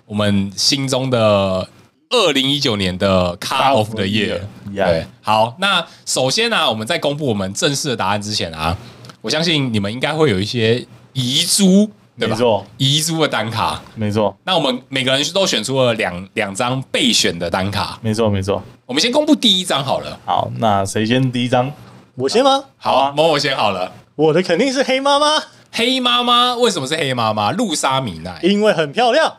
我们心中的二零一九年的 Car of the Year，
Yeah
对，好，那首先呢、我们在公布我们正式的答案之前啊，我相信你们应该会有一些遗珠，对吧
没错？
遗珠的单卡。
没错
那我们每个人都选出了两两张备选的单卡，
没错没错。
我们先公布第一张好了。
好，那谁先第一张？
我先吗？
好
好啊
某某先好了。
我的肯定是黑妈妈，
黑妈妈为什么是黑妈妈？露莎米奈，
因为很漂亮。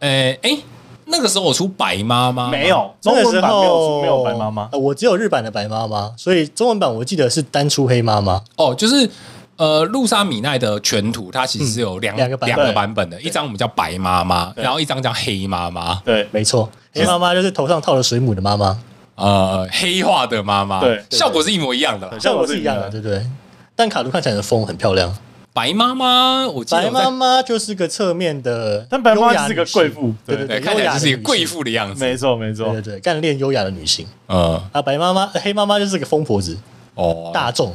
诶诶，那个时候我出白妈妈吗
没，有中
那个
文
时
版没有出
候
没有白妈妈，
呃我只有日版的白妈妈，所以中文版我记得是单出黑妈妈。
哦，就是呃，露莎米奈的全图，它其实是有两
嗯两个版本
两个版本的，一张我们叫白妈妈，
对
然后一张叫黑妈妈，
对
没错，黑妈妈就是头上套了水母的妈妈，
呃，黑化的妈妈，
对
效果是一模一样的啦
对。
像我是一样的，对不对？但卡图看起来很疯，很漂亮。
白妈妈，我记得
白
我在
妈妈就是个侧面的，
但白妈妈是个贵，妇，
对
对
对，
优雅
看起来就是一个
的女性
贵妇的样子。
没错没
对
错
对，对，干练优雅的女性
嗯，
啊。白妈妈、呃黑妈妈就是个疯婆子，
哦，
大众。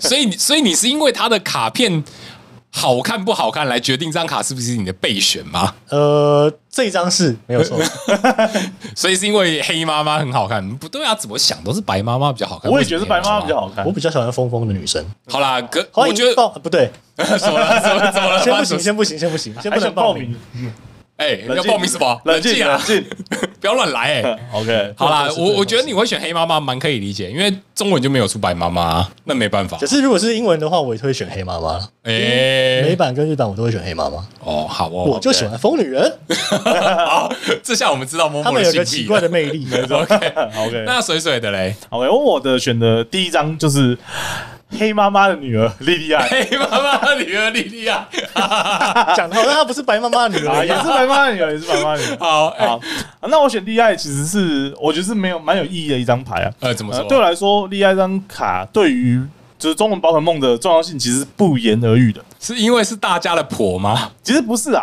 所以你所以你是因为他的卡片好看不好看来决定这张卡是不是你的备选吗？
呃，这张是没 有错，
所以是因为黑妈妈很好看？不对啊，怎么想都是白妈妈比较好看。
我也觉得是白妈妈比较
好。
好看
我。比较喜欢疯疯的女生。
好啦，哥，
欢
我
迎
觉得
报，呃不 对，
怎么了？怎么怎么了？
先
发
不
生
行，先不行，先不行，先不
还
能
想
报
报
名
名。，
哎，你要报名什么？
冷静
啊
冷！静 嗯
不要乱来哎。
，OK，
好啦
这，种
我
事
我觉得你会选黑妈妈，蛮可以理解，因为中文就没有出白妈妈，那没办法
可。是如果是英文的话，我也会选黑妈妈了。美
哎，
版跟日版我都会选黑妈妈，
哦，好哦，
我就喜欢疯女 人，
好，这下我们知道某
她
某
们
的
有
心
个
机
奇怪的魅力。
OK，
嗯 OK，
那水水的嘞，。
好，我我的选的第一张就是黑妈妈的女儿莉莉 安
黑妈妈女儿莉啊莉亚，
讲的好像她不是白妈妈的女
啊，
儿一
也
样。
是白妈妈的女儿，也是白妈妈的女儿。
好， 哎
好，啊那我选莉爱其实是我觉得是没有蛮有意义的一张牌啊。
呃，怎么
呃
说？
对我来说，莉爱这张卡对于就是中文宝可梦的重要性其实是不言而喻的。
是因为是大家的婆吗？
其实不是啊，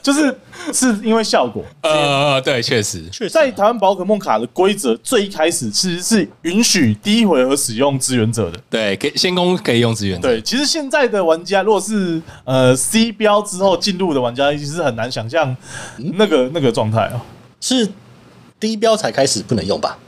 就是是因为效果。
呃，对，确实，
确实
在台湾宝可梦卡的规则最一开始其实是允许第一回合使用支援者的。
对，可以先攻可以用资源，
对，其实现在的玩家，如果是呃 C 标之后进入的玩家，其实很难想象那个那个状态哦。
是低标才开始不能用吧？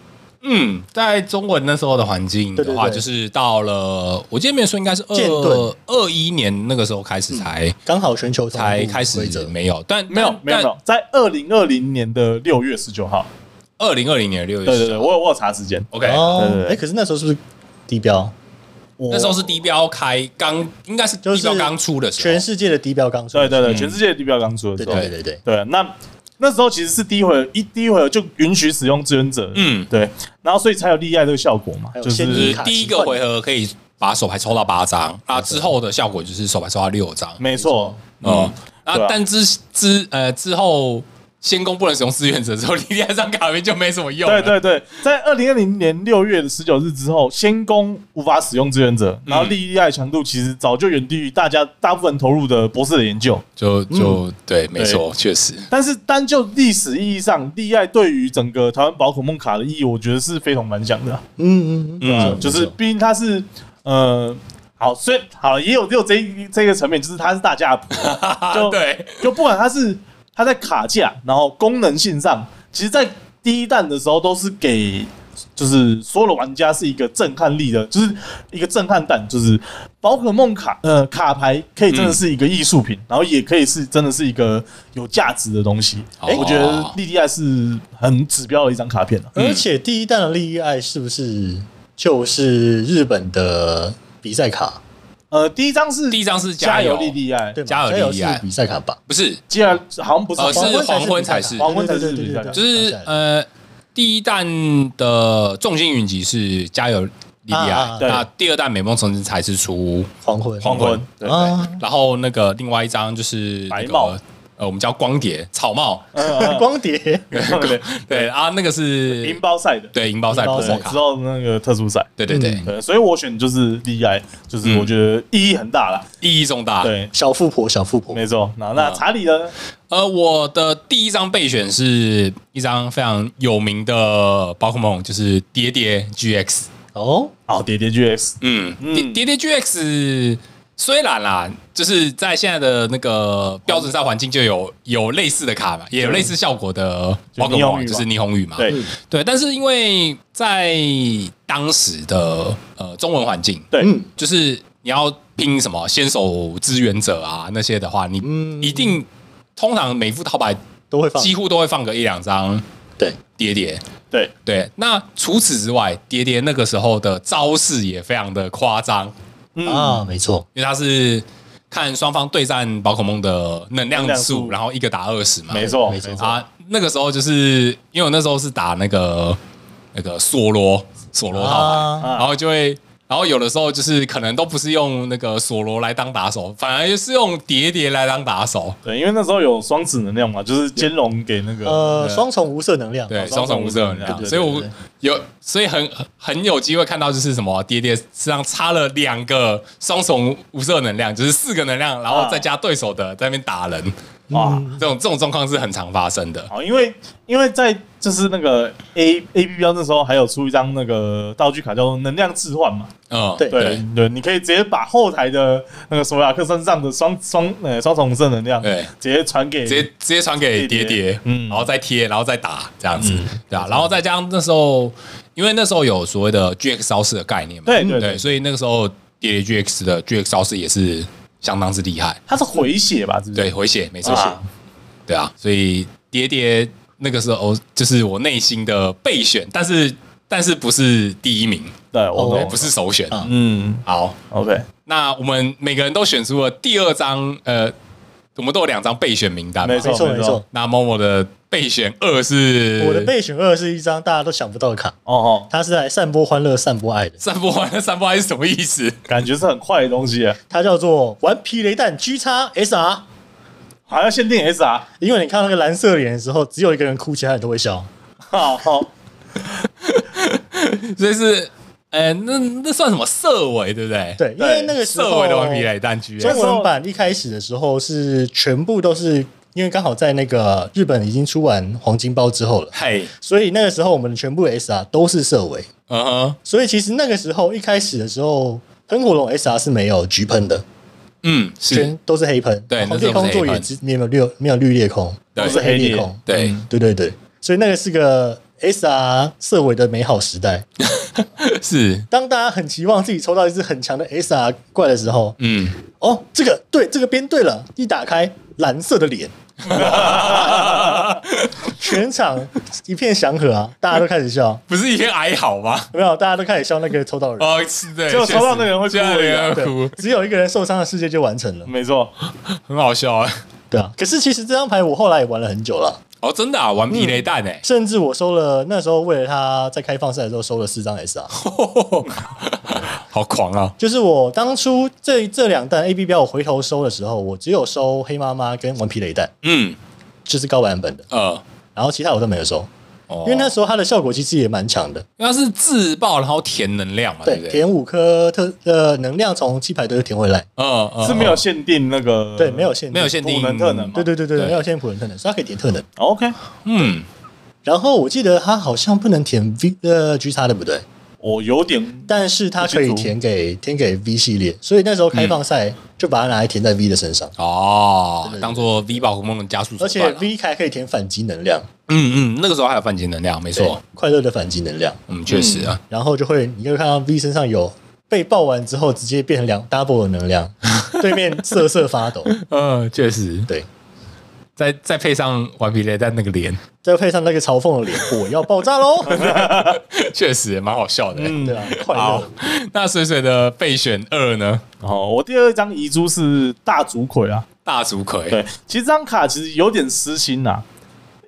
嗯，在中文那时候的环境的话，
对对对
就是到了我记得没有说，应该是
剑
二
盾嗯
二一年那个时候开始才、
刚好全球同步
才开
规
始
则，
没有，但
没有没有没有，在二零二零年的六月十九号，
二零二零年六月
对对
十
对，我有我有查时间，
，OK，、
对对
哦，
对
哎，可是那时候是不是低标？
那时候是低标开刚，应该是
就
低
是
标刚出的时候，
全世界的低标刚出，
对对对，
嗯
全世界的地标刚出的
对
时候，
对对对，
对，那那时候其实是第一回合一第一回合就允许使用志愿者，
嗯
对，然后所以才有利爱这个效果嘛，
还有
就
就是是第一个回合可以把手牌抽到八张，啊，之后的效果就是手牌抽到六张，
没错，
嗯，啊
对啊，
但之之呃之后。先攻不能使用志愿者之后，莉莉亚这张卡片就没什么用了。
对对对，在二零二零年六月的十九日之后，先攻无法使用志愿者，
嗯
然后利爱强度其实早就远低于大家大部分投入的博士的研究，
就就、
嗯
对，没错，确实。
但是单就历史意义上，利爱对于整个台湾宝可梦卡的意义，我觉得是非同凡响的啊、
嗯嗯嗯，
嗯，就是毕竟它是呃。好，所以好也有也有这一这个层面，就是它是 大家的谱啊就
对，
就不管它是它在卡架，然后功能性上，其实，在第一弹的时候都是给就是所有的玩家是一个震撼力的，就是一个震撼弹，就是宝可梦卡呃卡牌可以真
嗯
的是一个艺术品，然后也可以是真的是一个有价值的东西。
哦
我觉得莉莉爱是很指标的一张卡片、啊、
而且第一弹的利益爱是不是就是日本的比赛卡？
呃，第一张是
第一张是
加
加
油
油
莉莉爱，
对吧，
加尔利益爱
是比赛卡吧？
不是，
接下来好像不是
啊
呃是
黄
黄昏才
比赛
是
卡
黄昏才是
对对对对
比赛卡
对
啊
就
对
是
想起来了
呃，第一弹的重心云集是加油莉莉
啊啊
亚欸
啊，
那第二弹美梦成真才是出
黄昏
黄昏
昏，对
啊，
然后那个另外一张就是那个
白帽，嗯
呃，我们叫光碟草帽，
光碟
对，
对啊，那个是
银包赛的，
对银包赛
银包
波
赛
波
之
卡，
后那个特殊赛，
对对对
嗯，
对，所以我选就是利爱，就是
嗯
我觉得意义很大啦。
意义重大。
对，
小富婆，小富婆，
没错。那
啊
那查理呢？
呃，我的第一张备选是一张非常有名的宝可梦，就是叠叠 GX。
哦，
哦，叠叠 GX，
嗯，
嗯
叠叠 GX 虽然啦，就是在现在的那个标准赛环境就有有类似的卡嘛，也有类似效果的
就
宝可
霓虹
梦，
羽
就
嘛
是霓虹羽嘛。
对
对，但是因为在当时的呃中文环境，
对，
嗯，
就是你要拼什么先手支援者啊那些的话，你
嗯
一定、通常每副套牌
都会放，
几乎都会放个一两张
对，
叠叠。
对，
对，那除此之外，叠叠那个时候的招式也非常的夸张，
嗯
啊，没错，
因为它是看双方对战宝可梦的能量
能量
数，
数
然后一个打二十嘛。
没错，
没错
啊，那个时候就是因为我那时候是打那个那个索罗索罗号牌，
啊，
啊
然后就会。然后有的时候就是可能都不是用那个索罗来当打手，反而是用叠叠来当打手。
对，因为那时候有双子能量嘛，就是兼容给那个
呃，双重无色能量，
对，
哦双
双
手
手无色
无色
能量，
对对
所以我
对对
有，所以很很有机会看到就是什么爹爹身上插了两个双手无色能量，就是四个能量，然后再加对手的在那边打人，
嗯
啊，
这种这种状况是很常发生的。
好，因为因为在就是那个 A A P 标那时候还有出一张那个道具卡叫做能量置换嘛，
嗯，
对
对
对
对，你可以直接把后台的那个索亚克身上的双双呃双重色能量，
对
直接传给
直接直接传给爹
爹爹
爹，嗯，
嗯
然后再贴，然后再打这样子，对啊，然后再加上那时候，因为那时候有所谓的 GX 招式的概念嘛，
对对对
对，所以那个时候爹爹 GX 的 GX 招式也是相当之厉害，
它是回血吧，是不是？
对，回血没错，
啊
对啊，所以爹爹那个时候就是我内心的备选，但是但是不是第一名，
对，我
对
懂，
不是首选。
啊
哦嗯
好，
，OK，
那我们每个人都选出了第二张，呃，我们都有两张备选名单嘛
啊没。错
没错
没
没
错
错，
那某某的备选二是
我的备选二是一张大家都想不到的卡，
哦哦，
它是来散播欢乐、散播爱的，
散播完了，散播还是什么意思？
感觉是很快的东西耶，
它叫做顽皮雷弹 G 叉 SR。
好像限定 S 啊 R，
因为你看到那个蓝色脸的时候，只有一个人哭，其他人都会笑。
好好，
所以是，呃，那那算什么色尾，对不对？
对，因
对
为那个时
色
候
尾的顽皮雷弹狙，
中文版一开始的时候是全部都是，因为刚好在那个日本已经出完黄金包之后了，
嘿，
所以那个时候我们的全部 SR 都是色尾。
嗯哼，
所以其实那个时候一开始的时候，喷火龙 SR 是没有橘喷的，
嗯，是
全，都是黑喷。
对
然后
那时
裂
候是
空
黑
座也
喷
只没有绿没有绿裂空，
对
都是黑裂空。
对，
对对对，所以那个是个 SR 色尾的美好时代。
是，
当大家很期望自己抽到一只很强的 SR 怪的时候，
嗯，
哦，这个对，这个编对了，一打开蓝色的 脸，全场一片祥和啊，大家都开始笑，
不是一片哀嚎吗？
有没有？大家都开始笑那个抽到的 人。
哦，是对，
结果抽到
确实
那个人会
啊
哭
抽到那个人会
对
哭，
只有一个人受伤的世界就完成了，
没错，
很好笑啊！
对啊。可是其实这张牌我后来也玩了很久了，
哦，真的啊，顽皮雷弹哎，
甚至我收了那时候为了它在开放赛的时候收了四张 S R，
好狂啊！
就是我当初这这两弹 A B 标我回头收的时候，我只有收黑妈妈跟顽皮雷弹，
嗯
就是高版本的，
呃，
然后其他我都没有收，
哦
因为那时候它的效果其实也蛮强的，
因为它是自爆，然后填能量嘛，对不
对，
对？
填五颗特呃能量从鸡排都填回来，
嗯，嗯
是没有
嗯
限定那个，
对，没有限定，
没有限定
普能特能嘛
对对对对，
对
没有限定普能特能，所以它可以填特能。
哦，OK，
嗯，
然后我记得它好像不能填 V 呃 G 叉的不对，
我有点
但是它可以填给填给 V 系列，所以那时候开放赛就把它拿来填在 V 的身上，
哦
对，对
当做 V 宝可梦的加速手
而
段
且
啊，
V 还可以填反击能量，
嗯嗯，那个时候还有泛起能量，没
对
错，，
快乐的反击能量，
嗯，确实啊，
然后就会你就会看到 V 身上有。被爆完之后，直接变成两 double 的能 量，对面瑟瑟发抖。
嗯，确实，
对，
再再配上顽皮雷弹那个脸，
再配上那个嘲讽的脸，我要爆炸 喽！
确实蛮好笑的欸。
嗯
对啊，快
好
乐。，
那水水的备选二呢？
哦，我第二张遗珠是大竹葵啊。
大竹葵，
对，其实这张卡其实有点私心呐、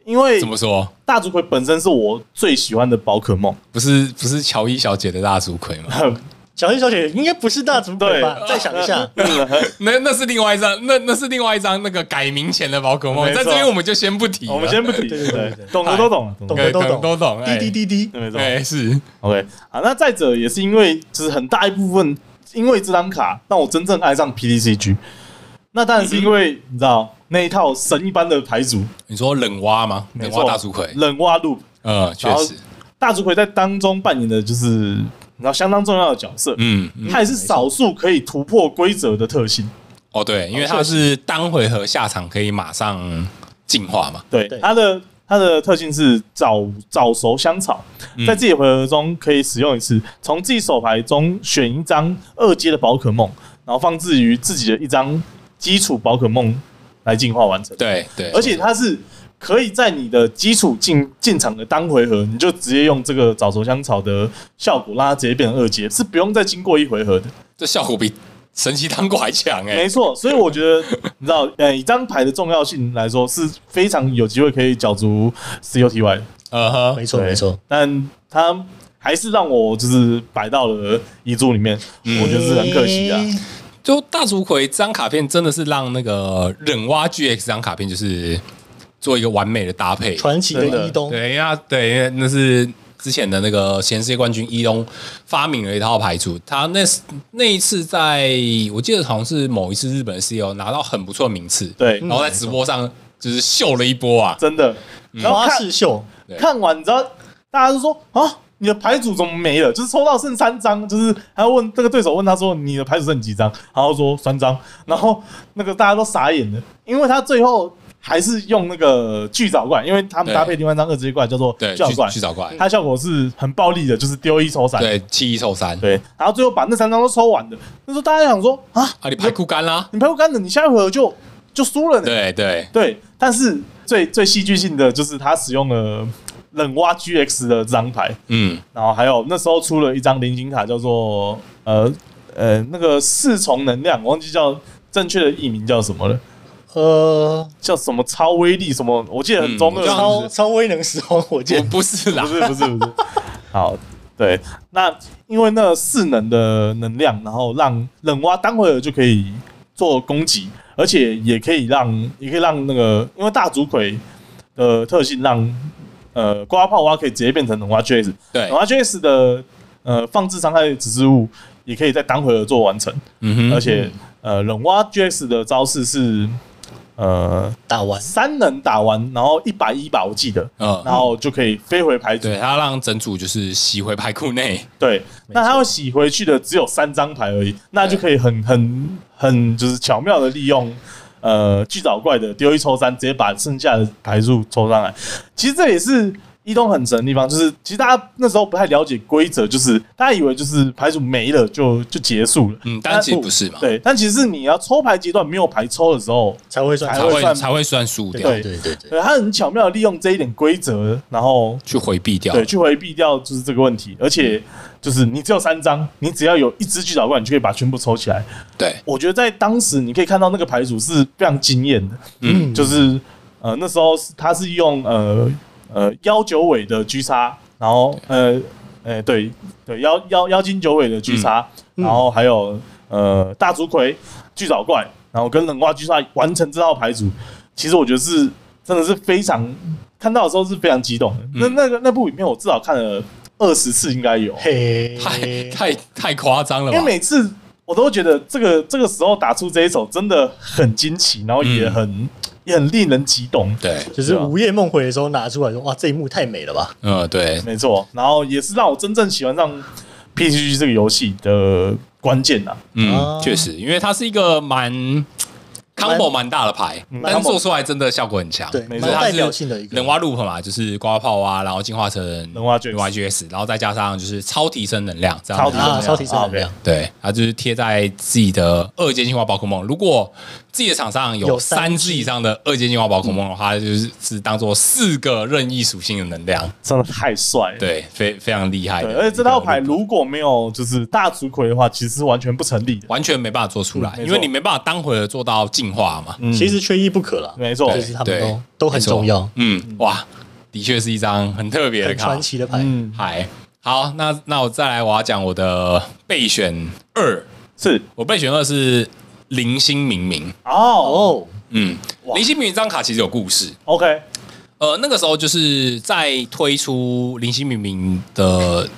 因为
怎么说？
大竹葵本身是我最喜欢的宝可梦，
不是不是乔伊小姐的大竹葵吗？
小黑小姐应该不是大主管吧
对？
再想一下，
那那是另外一张，那那是另外一张那个改名前的宝可梦
没，错
在这边我们就先不提了，
我们先不
对
提，
对对对
懂的都懂了，懂的
懂的
对
都懂，
都懂
滴
哎
滴滴滴，
对没错。
哎是
OK，好，那再者也是因为，就是很大一部分因为这张卡让我真正爱上 PDCG，那当然是因
嗯
为你知道那一套神一般的牌组，
你说冷蛙吗？
没
冷
错，
蛙大竹葵，
冷蛙 loop，
嗯，确
然后
实，
大竹葵在当中扮演的就是你知道相当重要的角色，
嗯，嗯
它也是少数可以突破规则的特性。
哦对，因为它是单回合下场可以马上进化嘛，
对，
对
它的它的特性是早早熟香草，在自己回合中可以使用一次，从自己手牌中选一张二阶的宝可梦，然后放置于自己的一张基础宝可梦来进化完成。，
对对，
而且它是可以在你的基础进进场的单回合，你就直接用这个早熟香草的效果，让它直接变成二阶，是不用再经过一回合的。
这效果比神奇糖果还强哎、
没错，所以我觉得，你知道，呃，以张牌的重要性来说，是非常有机会可以角逐 COTY 的。
嗯哼，
没错
对
没错，，
但他还是让我就是摆到了遗珠里面，
嗯
我觉得是很可惜啊。
诶
就大竹葵这张卡片真的是让那个忍蛙 GX 这张卡片就是做一个完美的搭配。
传奇
真的
的伊东，
对，因为它对，因为那是之前的那个前世界冠军伊东发明了一套牌组，他那那一次在我记得好像是某一次日本的 CEO 拿到很不错的名次，
对
然后在直播上就是秀了一波啊，
真的，然后
花
看
式秀，
对
看完，你知道，大家就说啊，你的牌组怎么没了？就是抽到剩三张，就是还要问这个对手问他说你的牌组剩几张，然后说三张，然后那个大家都傻眼了，因为他最后。还是用那个巨藻怪，因为他们
对
搭配另外一张二阶怪叫做
对，
巨藻怪
去，去找怪，
它效果是很暴力的，就是丢一抽三。
对，七一抽三，
对，然后最后把那三张都抽完的。那时候大家想说啊，
啊，你牌库干啦，
你排过杆子，你下一回合就就输了呢。
对对，
对，但是最最戏剧性的就是他使用了冷蛙 GX 的这张牌，
嗯，
然后还有那时候出了一张零星卡，叫做呃呃那个四重能量，我忘记叫正确的译名叫什么了，
呃，
叫什么超威力什么，我记得很
嗯
中二
这样
是不
超
是
超威能时空火
不
箭，
不是啦
不，是 不是不是，好，对，那因为那四能的能量，然后让冷蛙单回合就可以做攻击，而且也可以让也可以让那个因为大竹葵的特性让呃刮炮蛙可以直接变成冷蛙 JS，
对
冷，蛙 JS 的呃放置伤害指示物也可以在单回合做完成，
嗯
而
哼，
且呃冷蛙 JS 的招式是呃
打完
三能打完，然后一百一吧，我记得。然
嗯，
后就可以飞回牌组，
对他让整组就是吸回牌库内，
对，那他要洗回去的只有三张牌而已，那就可以很很很就是巧妙的利用呃巨藻怪的丢一抽三，直接把剩下的牌数抽上来。其实这也是伊东很神的地方，就是其实大家那时候不太了解规则，就是大家以为就是牌数没了就就结束了，
嗯，但其实不是嘛，
对，但其实是你要抽牌阶段没有牌抽的时候，
才会算
才
才会
会
算
才会算输掉，
对对对对，
对，他很巧妙的利用这一点规则，然后
去回避掉，
对，去回避掉就是这个问题，而且就是你只有三张，你只要有一只巨藻怪，你就可以把全部抽起来。
对，
我觉得在当时你可以看到那个牌组是非常惊艳的，
嗯
就是呃那时候是他是用呃呃幺九尾的狙杀，然后呃呃对对幺幺幺金九尾的狙杀，然后还有呃大竹葵巨藻怪，然后跟冷蛙狙杀完成这套牌组，其实我觉得是真的是非常看到的时候是非常激动的。那那个那部影片我至少看了二十次应该有，
嘿，
太太太夸张了
因
吧
为？每次我都觉得这个这个时候打出这一首真的很惊奇，然后也很、也很令人激动。
对，啊
就是午夜梦回的时候拿出来说，哇，这一幕太美了吧？
嗯，对，
没错，然后也是让我真正喜欢上 PCG 这个游戏的关键啊。
嗯，
啊
确实，因为它是一个蛮 combo 蛮大的牌，但是
嗯 combo
做出来真的效果很强。
对
没
就
错
是
蛮
它
代
是
表性的一个
人蛙 loop 嘛，就是刮炮啊，然后进化成人
蛙 GX
GS，然后再加上就是超提升能量，这样
超提
子
升能
啊，
量
超提升能量，
嗯对，它就是贴在自己的二阶进化宝可梦。如果自己的场上有
有三
三只以上的二阶进化宝可梦的
嗯
话，它就是是当做四个任意属性的能量，
真的太帅了。
对，非非常厉害的
对，
一个 loop。
而且这套牌如果没有就是大竹葵的话，其实是完全不成立的。
完全没办法做出来，
嗯没错
因为你没办法当回合做到进化嘛。
嗯
其实缺一不可了，
没错
就，是他们都都很
没错
重要，
嗯，哇，的确是一张很特别的
很
卡
传。奇的牌。
嗯，
嗨，好，那那我再来，我要讲我的备选二，
是
我备选二是零星明明。
哦
哦，
嗯，
哇
零星明明这张卡其实有故事。
，OK，
呃，那个时候就是在推出零星明明的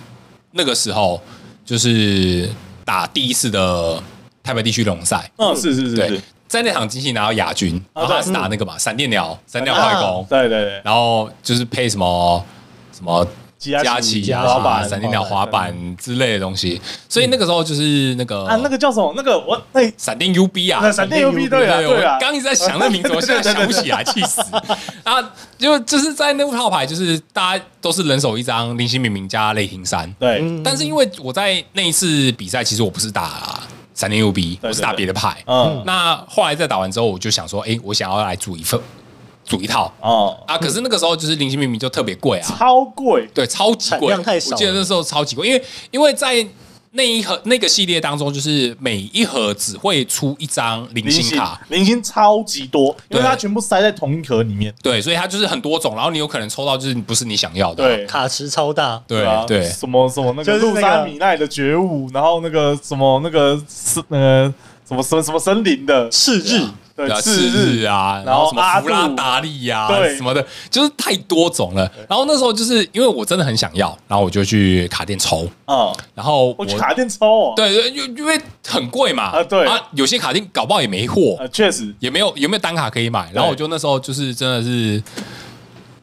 那个时候，就是打第一次的台北地区龙赛。
嗯，是是是是啊
对，，在那场机器拿到亚军，然后他是打那个嘛，闪电鸟，闪电鸟快攻，
对对对，
然后就是配什么什么
佳
琪、
佳
滑
琪
板、闪电鸟、滑
滑板哦
板之类的东西，所以那个时候就是那个
啊，那个叫什么？那个我那
闪电 UB 啊，
那闪电 UB 对啊对啊
我，刚一直在想那名字，我 现在想不起来，气死！ 啊，就就是在那副套牌，就是大家都是人手一张林星明明加雷霆山，
对，
但是因为我在那一次比赛，其实我不是打闪电 UB，
对
我是打
对
别的牌，
嗯
那后来在打完之后，我就想说，哎、我想要来组一份组一套
哦，
啊。可是那个时候就是零星秘密就特别贵啊，
超贵，
对，超级
产
贵，
量太少了
我记得那时候超级贵，因为因为在那一盒那个系列当中，就是每一盒只会出一张零
零
星
星
卡。
零星超级多，因
对
为它全部塞在同一壳里面。
对，所以它就是很多种，然后你有可能抽到就是不是你想要的，
对，
卡池超大，
对
啊，
对
什么什么那
就
个
是那
露
个
莎米奈的觉悟，然后那个什么那个森呃什么森什么森林的，
赤日
对
对啊，，次
次
日啊，
然
然
后
后什么
阿
弗拉
杜
达利呀、
对
什么的，就是太多种了。然后那时候就是因为我真的很想要，然后我就去卡店抽，
啊，
然后我
我去卡店抽哦，
对对，因因为很贵嘛，
啊对
啊，有些卡店搞不好也没货，
呃，确实
也没有有没有单卡可以买。然后我就那时候就是真的是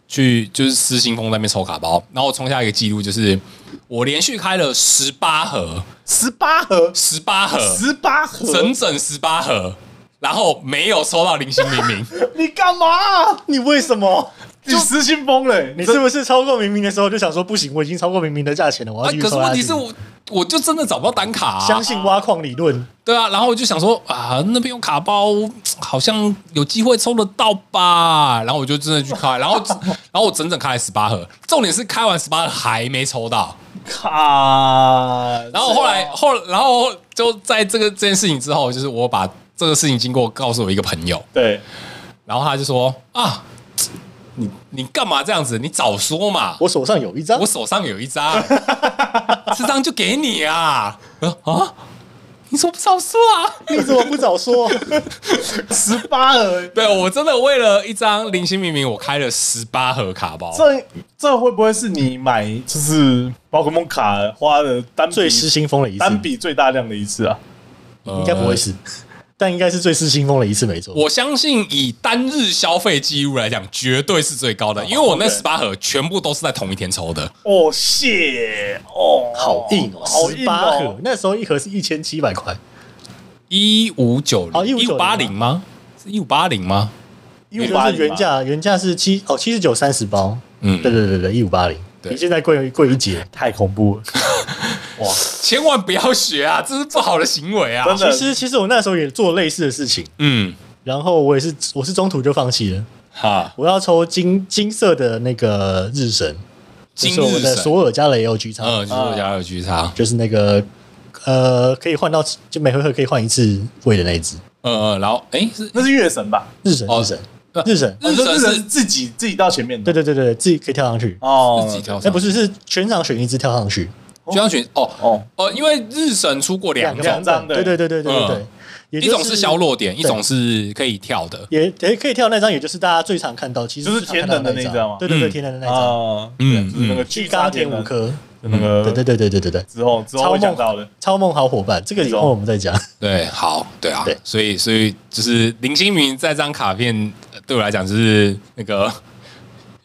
去就是失心疯在那边抽卡包，然后我冲下一个记录就是我连续开了十八盒，
十八盒，
十八盒，
十八盒，
整整十八盒，然后没有抽到零星零零。
你干嘛？
你为什么？
你失心疯欸嘞！
你是不是超过明明的时候就想说不行，我已经超过明明的价钱了， 我
啊
要，继续
可是
抽下
问题
去
是我我就真的找不到单卡、啊
相，信挖矿理论，
对啊，然后我就想说啊，那边有卡包，好像有机会抽得到吧，然后我就真的去开，然后 然后我整整开了十八盒，重点是开完十八盒还没抽到，
卡，
然后后来
啊
后然后就在这个这件事情之后，就是我把这个事情经过告诉我一个朋友，
对
然后他就说啊，你你干嘛这样子？你早说嘛，
我手上有一张
我，手上有一 张，这张就给你啊！我说啊，你说不早说啊？
你怎么不早说？
十八盒，欸
对我真的为了一张零星命名，我开了十八盒卡包。
哦
这这会不会是你买就是宝可梦卡花的单笔
最失心疯的一次，
单笔最大量的一次啊？
应
应该不会是，但应该是最失心疯的一次，没错。
呃我相信以单日消费记录来讲，绝对是最
哦
高的，因为我那
OK
十八盒全部都是在同一天抽的。
哦，谢哦，
好硬哦，
好
十
硬
八盒
哦，，
那时候一盒是一千七百块，
一五九
哦
零，一五八零吗？是一五八零吗？
一五
就
八
是原价原价是七哦七十九三十包，
嗯
对对对对，一五八零，
对
比现在贵贵一截。
太恐怖了，哇！
千万不要学啊，这是不好的行为啊
真。的
其实其实我那时候也做类似的事情，
嗯，
然后我也是我是中途就放弃了，
哈，
我要抽金金色的那个日神，
今
就是我
日
的
神，
索尔加雷 LG 叉，
嗯，就是加有居差。
就是那个呃可以换到就每回合可以换一次位的那一只
嗯嗯，然后哎是
那是月神吧？
日神
哦
日神日神，
日神
哦
是
日神自己自己到前面
对
的，
对对对，自己可以跳上去。
哦
自己跳上去，
那不是是全场选一只跳上去，
就像选哦
哦，
哦，因为日神出过两
两
种，
张的
对对对对对对对
嗯，
也
一
就
种是小落点，一种是可以跳的。
也也可以跳那张，也就是大家最常看到，其实
就是
最常看到
天能的那一张嘛
对对对，
嗯
天能的那一张，
啊，
嗯
嗯，就是那个
嗯
巨
刚
大
刚填五
颗，
颗，
那个
嗯对对对对对对对，
之后之后会讲到的，
超梦好伙伴，这个以后我们再讲。
对，好，对啊
对，
所以所以就是林星明这张卡片呃对我来讲就是那个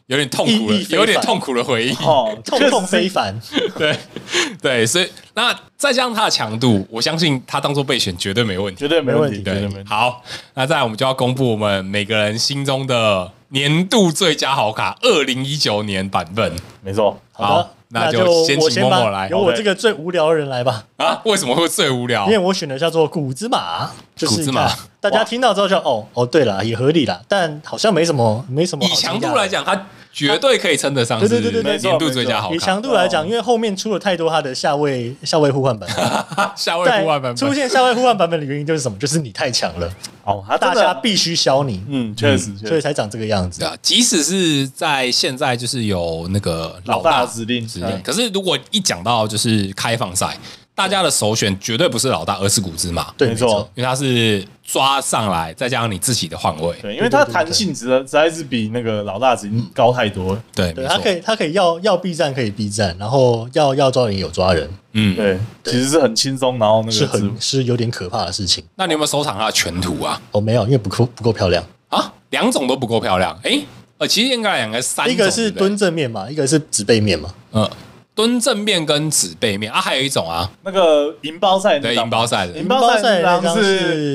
有点痛苦的
意义，非凡
有点痛苦的回忆。
哦，
痛
确实
痛
是
非凡，
对 对，所以那再加上它的强度，我相信它当做备选绝对没问题。
绝对没问题，
没问题
绝对
对
没问，题。
好，那再来我们就要公布我们每个人心中的年度最佳好卡，二零一九年版本
没错，
好的
好，那就
就
先
我
请
先
默默
吧，
来
由我这个最无聊的人来吧，
啊。为什么会最无聊
因？为我选的叫做古之马，就是
古之
你看
马
大家听到之后就哦哦，对了，也合理啦，但好像没什么没什么
以
好
强
惊讶
度
的
来。讲，它绝对可以称得上
对
是
对对对对
年度最佳好
以
卡。
强度来讲，因为后面出了太多他的下位下位互换版本，
下位
在
户外版
出
本，
现下位互换版本的原因就是什么？就是你太强了，
哦，他
大
真的
家必须消你，
嗯，确实，
所以
确实
才长这个样子
对。啊，即使是在现在就是有那个
老大
大
指令
指令，可是如果一讲到就是开放赛，大家的首选绝对不是老大，而是古之马，
对，
没
没
错
错，
因为它是抓上来，再加上你自己的换位，
对，因为它弹性值实在是比那个老大指令高太多了。
对，
对
没
他
错
可，以，他可以要要 B 站可以 B 站，然后要要抓人有抓人，
嗯，
对，其实是很轻松，然后那个
是
值
很是有点可怕的事情。
那你有没有收藏它的全图啊？
哦，没有，因为不够不够漂亮。
啊，两种都不够漂亮，诶，呃，其实应该两个三种，
一个是
对不对
蹲，正面嘛，一个是直背面嘛。
嗯，蹲正面跟纸背面啊，还有一种啊，
那个银包赛那
对，
张
银包赛的，
银包赛那张
银包赛那张
是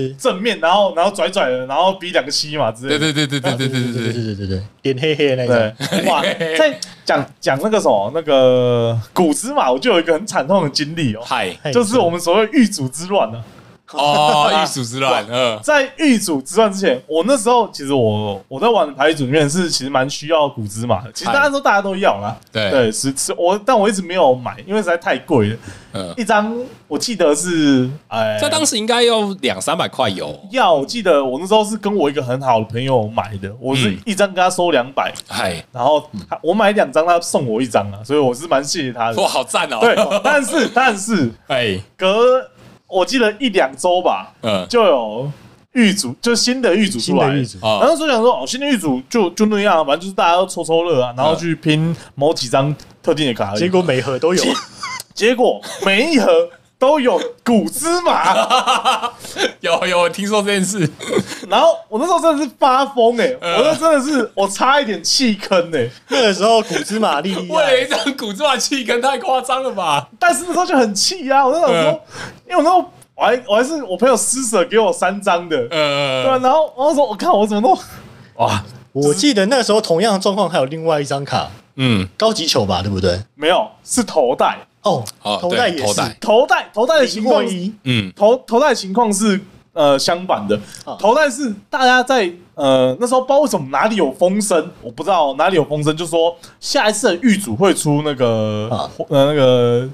是
正面，然后然后拽拽的，然后比两个七嘛之类
对
的。
对对对对对对对
对
对，
对对对，脸黑黑的那种。
对，哇！在讲讲那个什么，那个古芝麻，我就有一个很惨痛的经历哦，
嗨，
嘿
就是我们所谓狱卒之乱呢、啊
哦，玉鼠之乱，嗯，
在玉组之乱之前，我那时候其实我我在玩牌组里面是其实蛮需要古芝麻的，其实大家都大家都要啦。
对
对，是是，我但我一直没有买，因为实在太贵了。
嗯，
一张我记得是哎，
在当时应该要两三百块有，
要我记得我那时候是跟我一个很好的朋友买的，我是
嗯
一张跟他收两百，
哎，
然后他我买两张，他送我一张啊，所以我是蛮谢谢他的
哇，。好赞哦，
对，但是但是
哎，
隔我记得一两周吧，
嗯，
就有狱主，就新的狱主
新
出来
的玉组，
然
啊，
后就想说，哦，新的狱主就就那样，啊反正就是大家都抽抽乐啊，然
嗯
后去拼某几张特定的卡而已。
结果每盒都有，
结果每一盒都有古芝麻，
有有，我听说这件事，
然后我那时候真的是发疯哎、
嗯
我那真的是我差一点弃坑哎、
那个时候古芝麻莉莉
为了一
亚，
张古装气根太夸张了吧？
但是那时候就很气啊，我那时候说，因为我那时候我还我还是我朋友施舍给我三张的，对啊，
呃，
然后我那时候我看我怎么弄，
哇，
我记得那个时候同样的状况还有另外一张卡，
嗯，
高级球吧，对不对？
没有是头戴，
哦
哦，，
头
对
戴也
头
是
戴，
头戴头戴的情
林
况
梦，一
嗯，
头头戴的情况是呃相反的
啊，
头戴是大家在呃那时候不知道为什么哪里有风声，我不知道哪里有风声，就说下一次的狱主会出那个、
啊
呃那个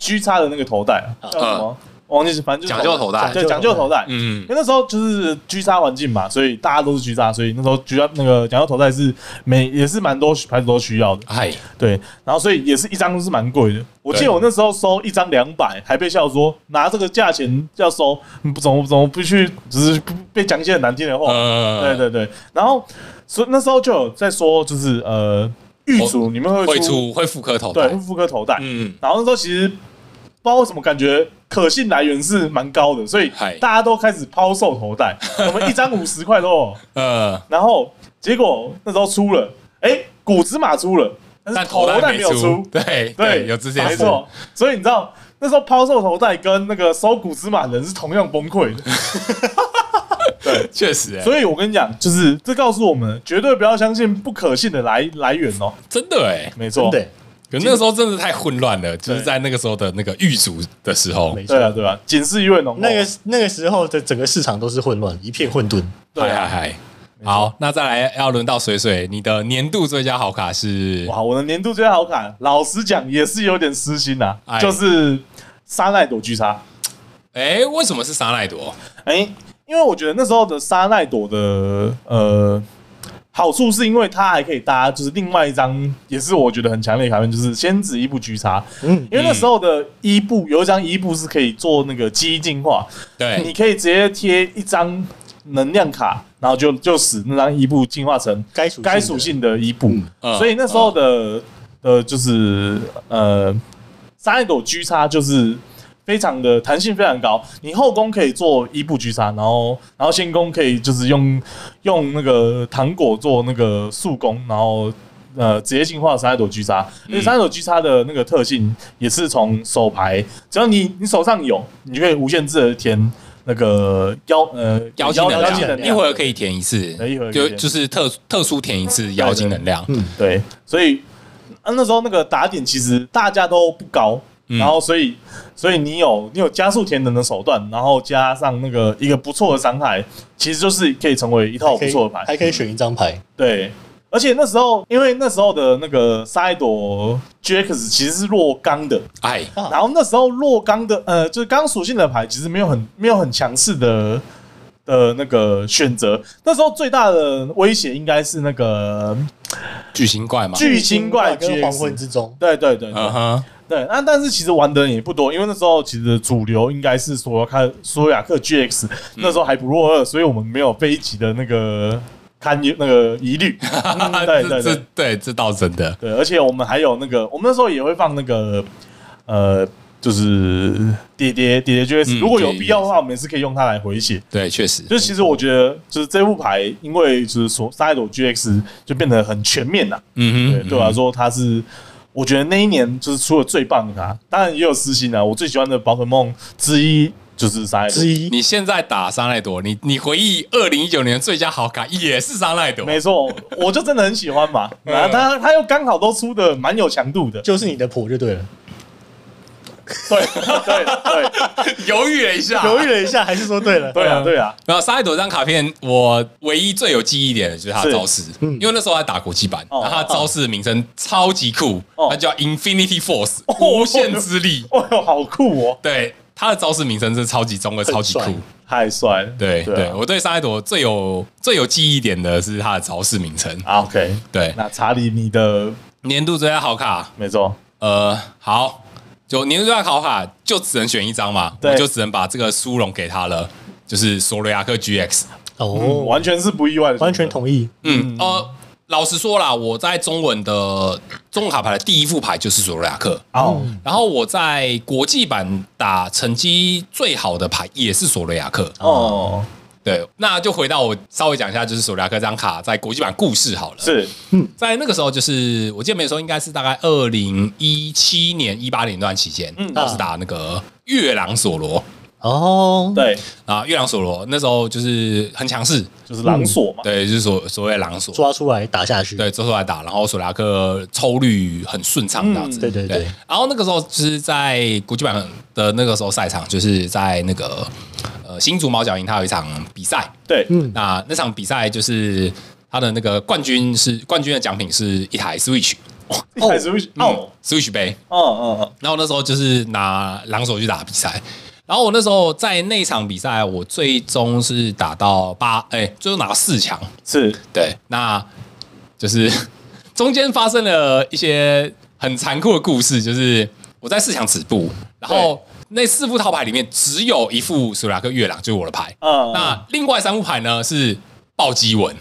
G 叉的那个头戴，啊叫什么？我忘记是反正就是
啊讲究头戴
对，讲究头戴，
嗯
因为那时候就是居杀环境嘛，所以大家都是居杀，所以那时候居杀那个讲究头戴是每也是蛮多牌子都需要的，
哎，
对，然后所以也是一张是蛮贵的。我记得我那时候收一张两百，还被笑说拿这个价钱要收，嗯不怎么不怎么不去，只是被讲一些很难听的话。对
呃，
对对，然后所以那时候就有在说，就是呃，狱主你们
哦会
会出
出会复刻头戴
对会，复刻头戴，
嗯，
然后那时候其实不知道为什么感觉可信来源是蛮高的，所以
嗨
大家都开始抛售头 戴，我们一张五十块都哦有。
呃，
然后结果那时候出了，哎，古芝麻出了，但
但
是头戴
戴
没
没
有出。
对
对，
有之前
没错。所以你知道那时候抛售头戴跟那个收古芝麻人是同样崩 溃的。
确实，哎，
所以我跟你讲，就是这告诉我们，绝对不要相信不可信的来来源哦。
真的哎，
没错
真，的
可那时候真的太混乱了，就是在那个时候的那个狱卒的时候，
没错
对。啊，对啊，警示意味浓厚。
那个那个时候的整个市场都是混乱，一片混沌。
对
嗨
啊，
嗨嗨，好，那再来要轮到水水，你的年度最佳好卡是
哇，我的年度最好看，老实讲也是有点私心呐、
哎
就是沙奈朵狙杀。
哎，为什么是沙奈朵？
哎、因为我觉得那时候的沙奈朵的呃好处是因为它还可以搭，就是另外一张也是我觉得很强烈的卡片，就是仙子伊布狙杀。
嗯，
因为那时候的伊布有一张伊布是可以做那个记忆进化，你
对，
可以直接贴一张能量卡，然后就就使那张伊布进化成
该属
该属性的伊布。
嗯
嗯
所以那时候的呃，就是呃，三叶朵狙杀就是非常的弹性非常高，你后宫可以做伊布狙杀，然后然后先攻可以就是用用那个糖果做那个速攻，然后。呃，直接进化三叶朵狙杀，
嗯
而且三叶朵狙杀的那个特性也是从手牌，只要你你手上有，你就可以无限制的填那个妖呃
妖精能
妖精能
量，
量，
一会儿可以填一次
对一会儿，可以
就
填
就是特特殊填一次妖精能量，
嗯，
对，所以、啊、那时候那个打点其实大家都不高，
嗯
然后所以所以你有你有加速填能的手段，然后加上那个一个不错的伤害，其实就是可以成为一套
还
不
可以
错的牌。
还可以选一张牌。
对，而且那时候因为那时候的那个沙伊朵 GX 其实是弱钢的，
哎，
啊
然后那时候弱钢的呃就是钢属性的牌其实没有很没有很强势的。的那个选择，那时候最大的威胁应该是那个
巨型怪嘛，
巨精怪
跟黄
GX
昏之中，
对对对对
嗯哼，
对，那但是其实玩的人也不多，因为那时候其实主流应该是索亚克索亚克 GX，那
嗯
时候还不落二，所以我们没有飞机的那个堪忧那个疑 虑。嗯对
这
对
这
对
对这倒真的，
对，而且我们还有那个，我们那时候也会放那个呃，就是叠叠叠叠 GX，、
嗯
如果有
叠叠
必要的话，我们也是可以用它来回血。
对，确实，
就是其实我觉得，就是这副牌，因为就是索沙耶朵 GX 就变得很全面了。
嗯
对
哼，
对我来说，他是我觉得那一年就是出了最棒的他，当然也有私心啊。我最喜欢的宝可梦之一就是沙耶朵
之一
你现在打沙奈朵，你你回忆二零一九年最佳好卡也是沙奈朵，
没错，我就真的很喜欢嘛。然后他他又刚好都出的蛮有强度的，
就是你的谱就对了。
对 对对，
犹豫了一下，
犹豫了一下，还是说对了。
对
嗯
啊对啊，
然后沙利朵这张卡片，我唯一最有记忆点的就是他的
是嗯
招式，因为那时候他打国际版，
哦
然后他的招式名称超级酷，
哦
他叫 Infinity Force，
哦
无限之力。
哦哟，好酷哦，
对，他的招式名称真的超级中二，超级酷
帅。
太帅了。
对
啊
对，我对沙利朵最有最有记忆点的是他的招式名称。
啊，OK，
对，
那查理你的
年度最佳好卡，
没错，
呃，好，就年度最佳好卡就只能选一张嘛，
对
我就只能把这个殊荣给他了，就是索瑞亚克 GX。
哦，
嗯完全是不意外的选择，
完全同意。
嗯，呃，老实说啦，我在中文的中文卡牌的第一副牌就是索瑞亚克，
哦，
然后我在国际版打成绩最好的牌也是索瑞亚克。
哦，
对，那就回到我稍微讲一下，就是索瑞亚克这张卡在国际版故事好了。
是
在那个时候，就是我记得没错，应该是大概二零一七年、一八年那段期间，
嗯
我是打那个月朗索罗
哦，
对，
啊，月朗索罗那时候就是很强势，
就是狼索嘛，
对，就是所所谓狼索。
抓出来打下去。
对，周出来打，然后索拉克抽率很顺畅这样子。
嗯
对对对，
然后那个时候就是在国际版的那个时候赛场，就是在那个呃新竹毛脚营，它有一场比赛。
对，
嗯
那那场比赛就是它的那个冠军是冠军的奖品是一台 Switch，
一开始会
嗯
哦，
Switch 杯。
哦哦
然后那时候就是拿狼手去打比赛。然后我那时候在那场比赛，我最终是打到八，哎，最终拿到四强。
是
对，那就是中间发生了一些很残酷的故事，就是我在四强止步，然后那四副套牌里面只有一副苏拉克月朗，就是我的牌。
嗯
那另外三副牌呢是暴击文，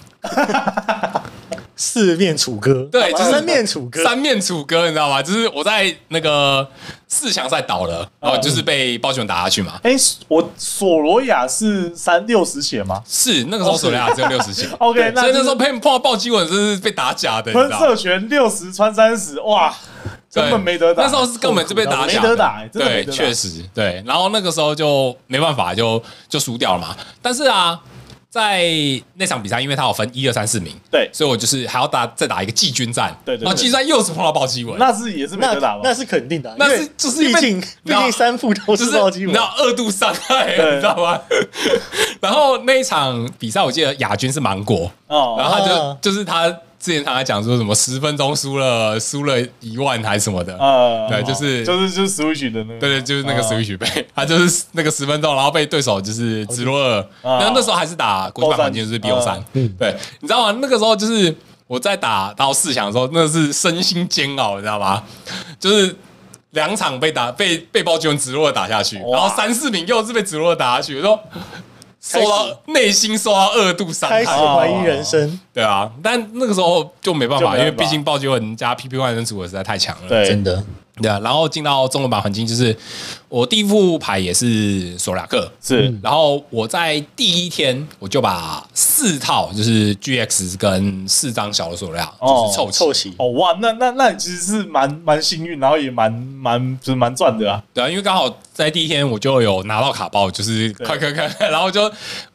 四面楚歌，
对就是
三面楚歌，
三面楚歌，你知道吗？就是我在那个四强赛倒了，
哦
然后就是被暴击文打下去嘛。
哎，我索罗亚是三六十血吗？
是那个时候
哦是
索雷亚只有六十血
OK，
对
那
所以那
就是
时候被碰到暴击文，真是被打假的，你
喷
知道吗
射？拳六十穿三十，哇，
对
根本没得打。
那时候是根本就被打假的，
没得打，哎真的没
对，
得打。
确实对。然后那个时候就没办法，就就输掉了嘛。但是啊，在那场比赛，因为他有分一二三四名，
对
所以我就是还要打再打一个季军战，
对对对
然后季军战又是碰到暴击文，
那是也是没
那
得打吧？
那是肯定的啊，
那是
因为
就是因
毕
为
竟
你
毕
知道
竟三副都
就是是
暴击
你
文
知，道二度伤害，你知道吗？ 然后那一场比赛，我记得亚军是芒果，然
哦
后他就、
啊
就是他之前常常讲说什么十分钟输了输了一万还是什么的，
呃
对就是
就是就是 Switch 的那个，
对对，就是那个
啊
Switch 杯， 他就是那个十分钟，然后被对手就是直落二，
啊
那那时候还是打国际版环境就是 BO 三
啊，
对，你知道吗？那个时候就是我在打到四强的时候，那是身心煎熬，你知道吗？就是。两场被打被被暴君直落地打下去，
哇
然后三四名又是被直落地打下去，我说受到内心受到二度伤
开
害
始，怀疑人
哦
生，
对啊，但那个时候就没办
就
法，
没办
因
法
为毕竟暴君人家 PP One 跟组合实在太强了，
对
真的
对啊。然后进到中文版环境，就是我第一副牌也是索拉克，
是
然后我在第一天我就把四套就是 GX 跟四张小的索拉就
哦
是凑齐，
凑齐。
哦哇，那那那你其实是蛮蛮幸运，然后也蛮蛮就是蛮赚的啊。
对啊，因为刚好在第一天我就有拿到卡包，就是
对
快快快， 然后就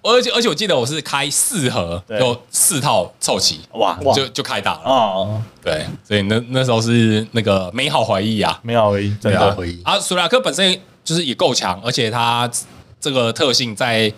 而且而且我记得我是开四盒，
对
就四套凑齐，
哇
哇
就就开打了。
啊，
对，所以那那时候是那个美好回忆啊。
没有而已，真
对
的
啊
回忆，
啊，索拉克本身就是也够强，而且他这个特性在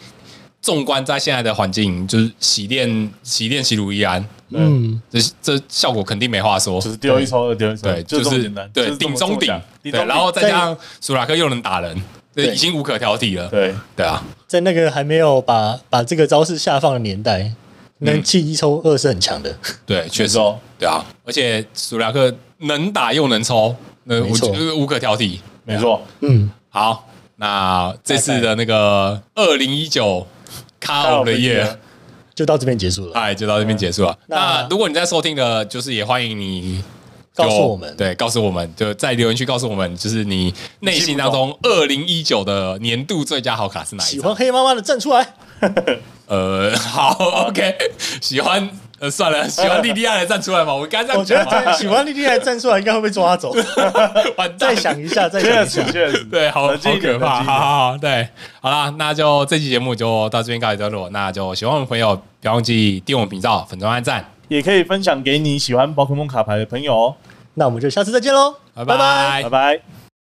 纵观在现在的环境，就是洗练、洗练、洗乳一安，
嗯，
这这效果肯定没话说
就。是丢一抽二丢一抽二，
对，
就
就
这么
是
简单，
对
就是这
顶
么
中
这
顶
么，
对，
简单顶中顶，
然后再
在
加上索拉克又能打人，这
对
已经无可挑剔了。
对
对啊，
在那个还没有把把这个招式下放的年代，
嗯
能弃一抽二是很强的。
对，确
没
实，
错
对啊，而且索拉克能打又能抽，那
没
我
错
觉得无可挑剔。
没错，
嗯，
好，那这次的那个二零一九 Car of the Year。
就到这边结束了。
嗨，就到这边结束了。
嗯那
那如果你在收听的，就是也欢迎你就
告诉我们
对，告诉我们，就在留言区告诉我们，就是你内心当中二零一九的年度最佳好卡是哪一
喜
张
欢？黑妈妈的站出来，
呃， 好，OK，喜欢。呃，算 了，喜欢莉莉安的站出来嘛，我刚才
我
这
觉
样
得
讲
站
嘛，
喜欢莉莉安站出来应该会被抓 走。
完蛋
再想一下，再想
确
一
实
下。
确实，
对，好好
冷静一点
可怕，
冷静一点
好好好，对，好啦，那就这期节目就到这边告一段落，那就喜欢我们的朋友不要忘记订阅我们频道、粉砖、按赞，
也可以分享给你喜欢宝可梦卡牌的朋友哦。
那我们就下次再见喽，
拜
拜拜。
拜拜。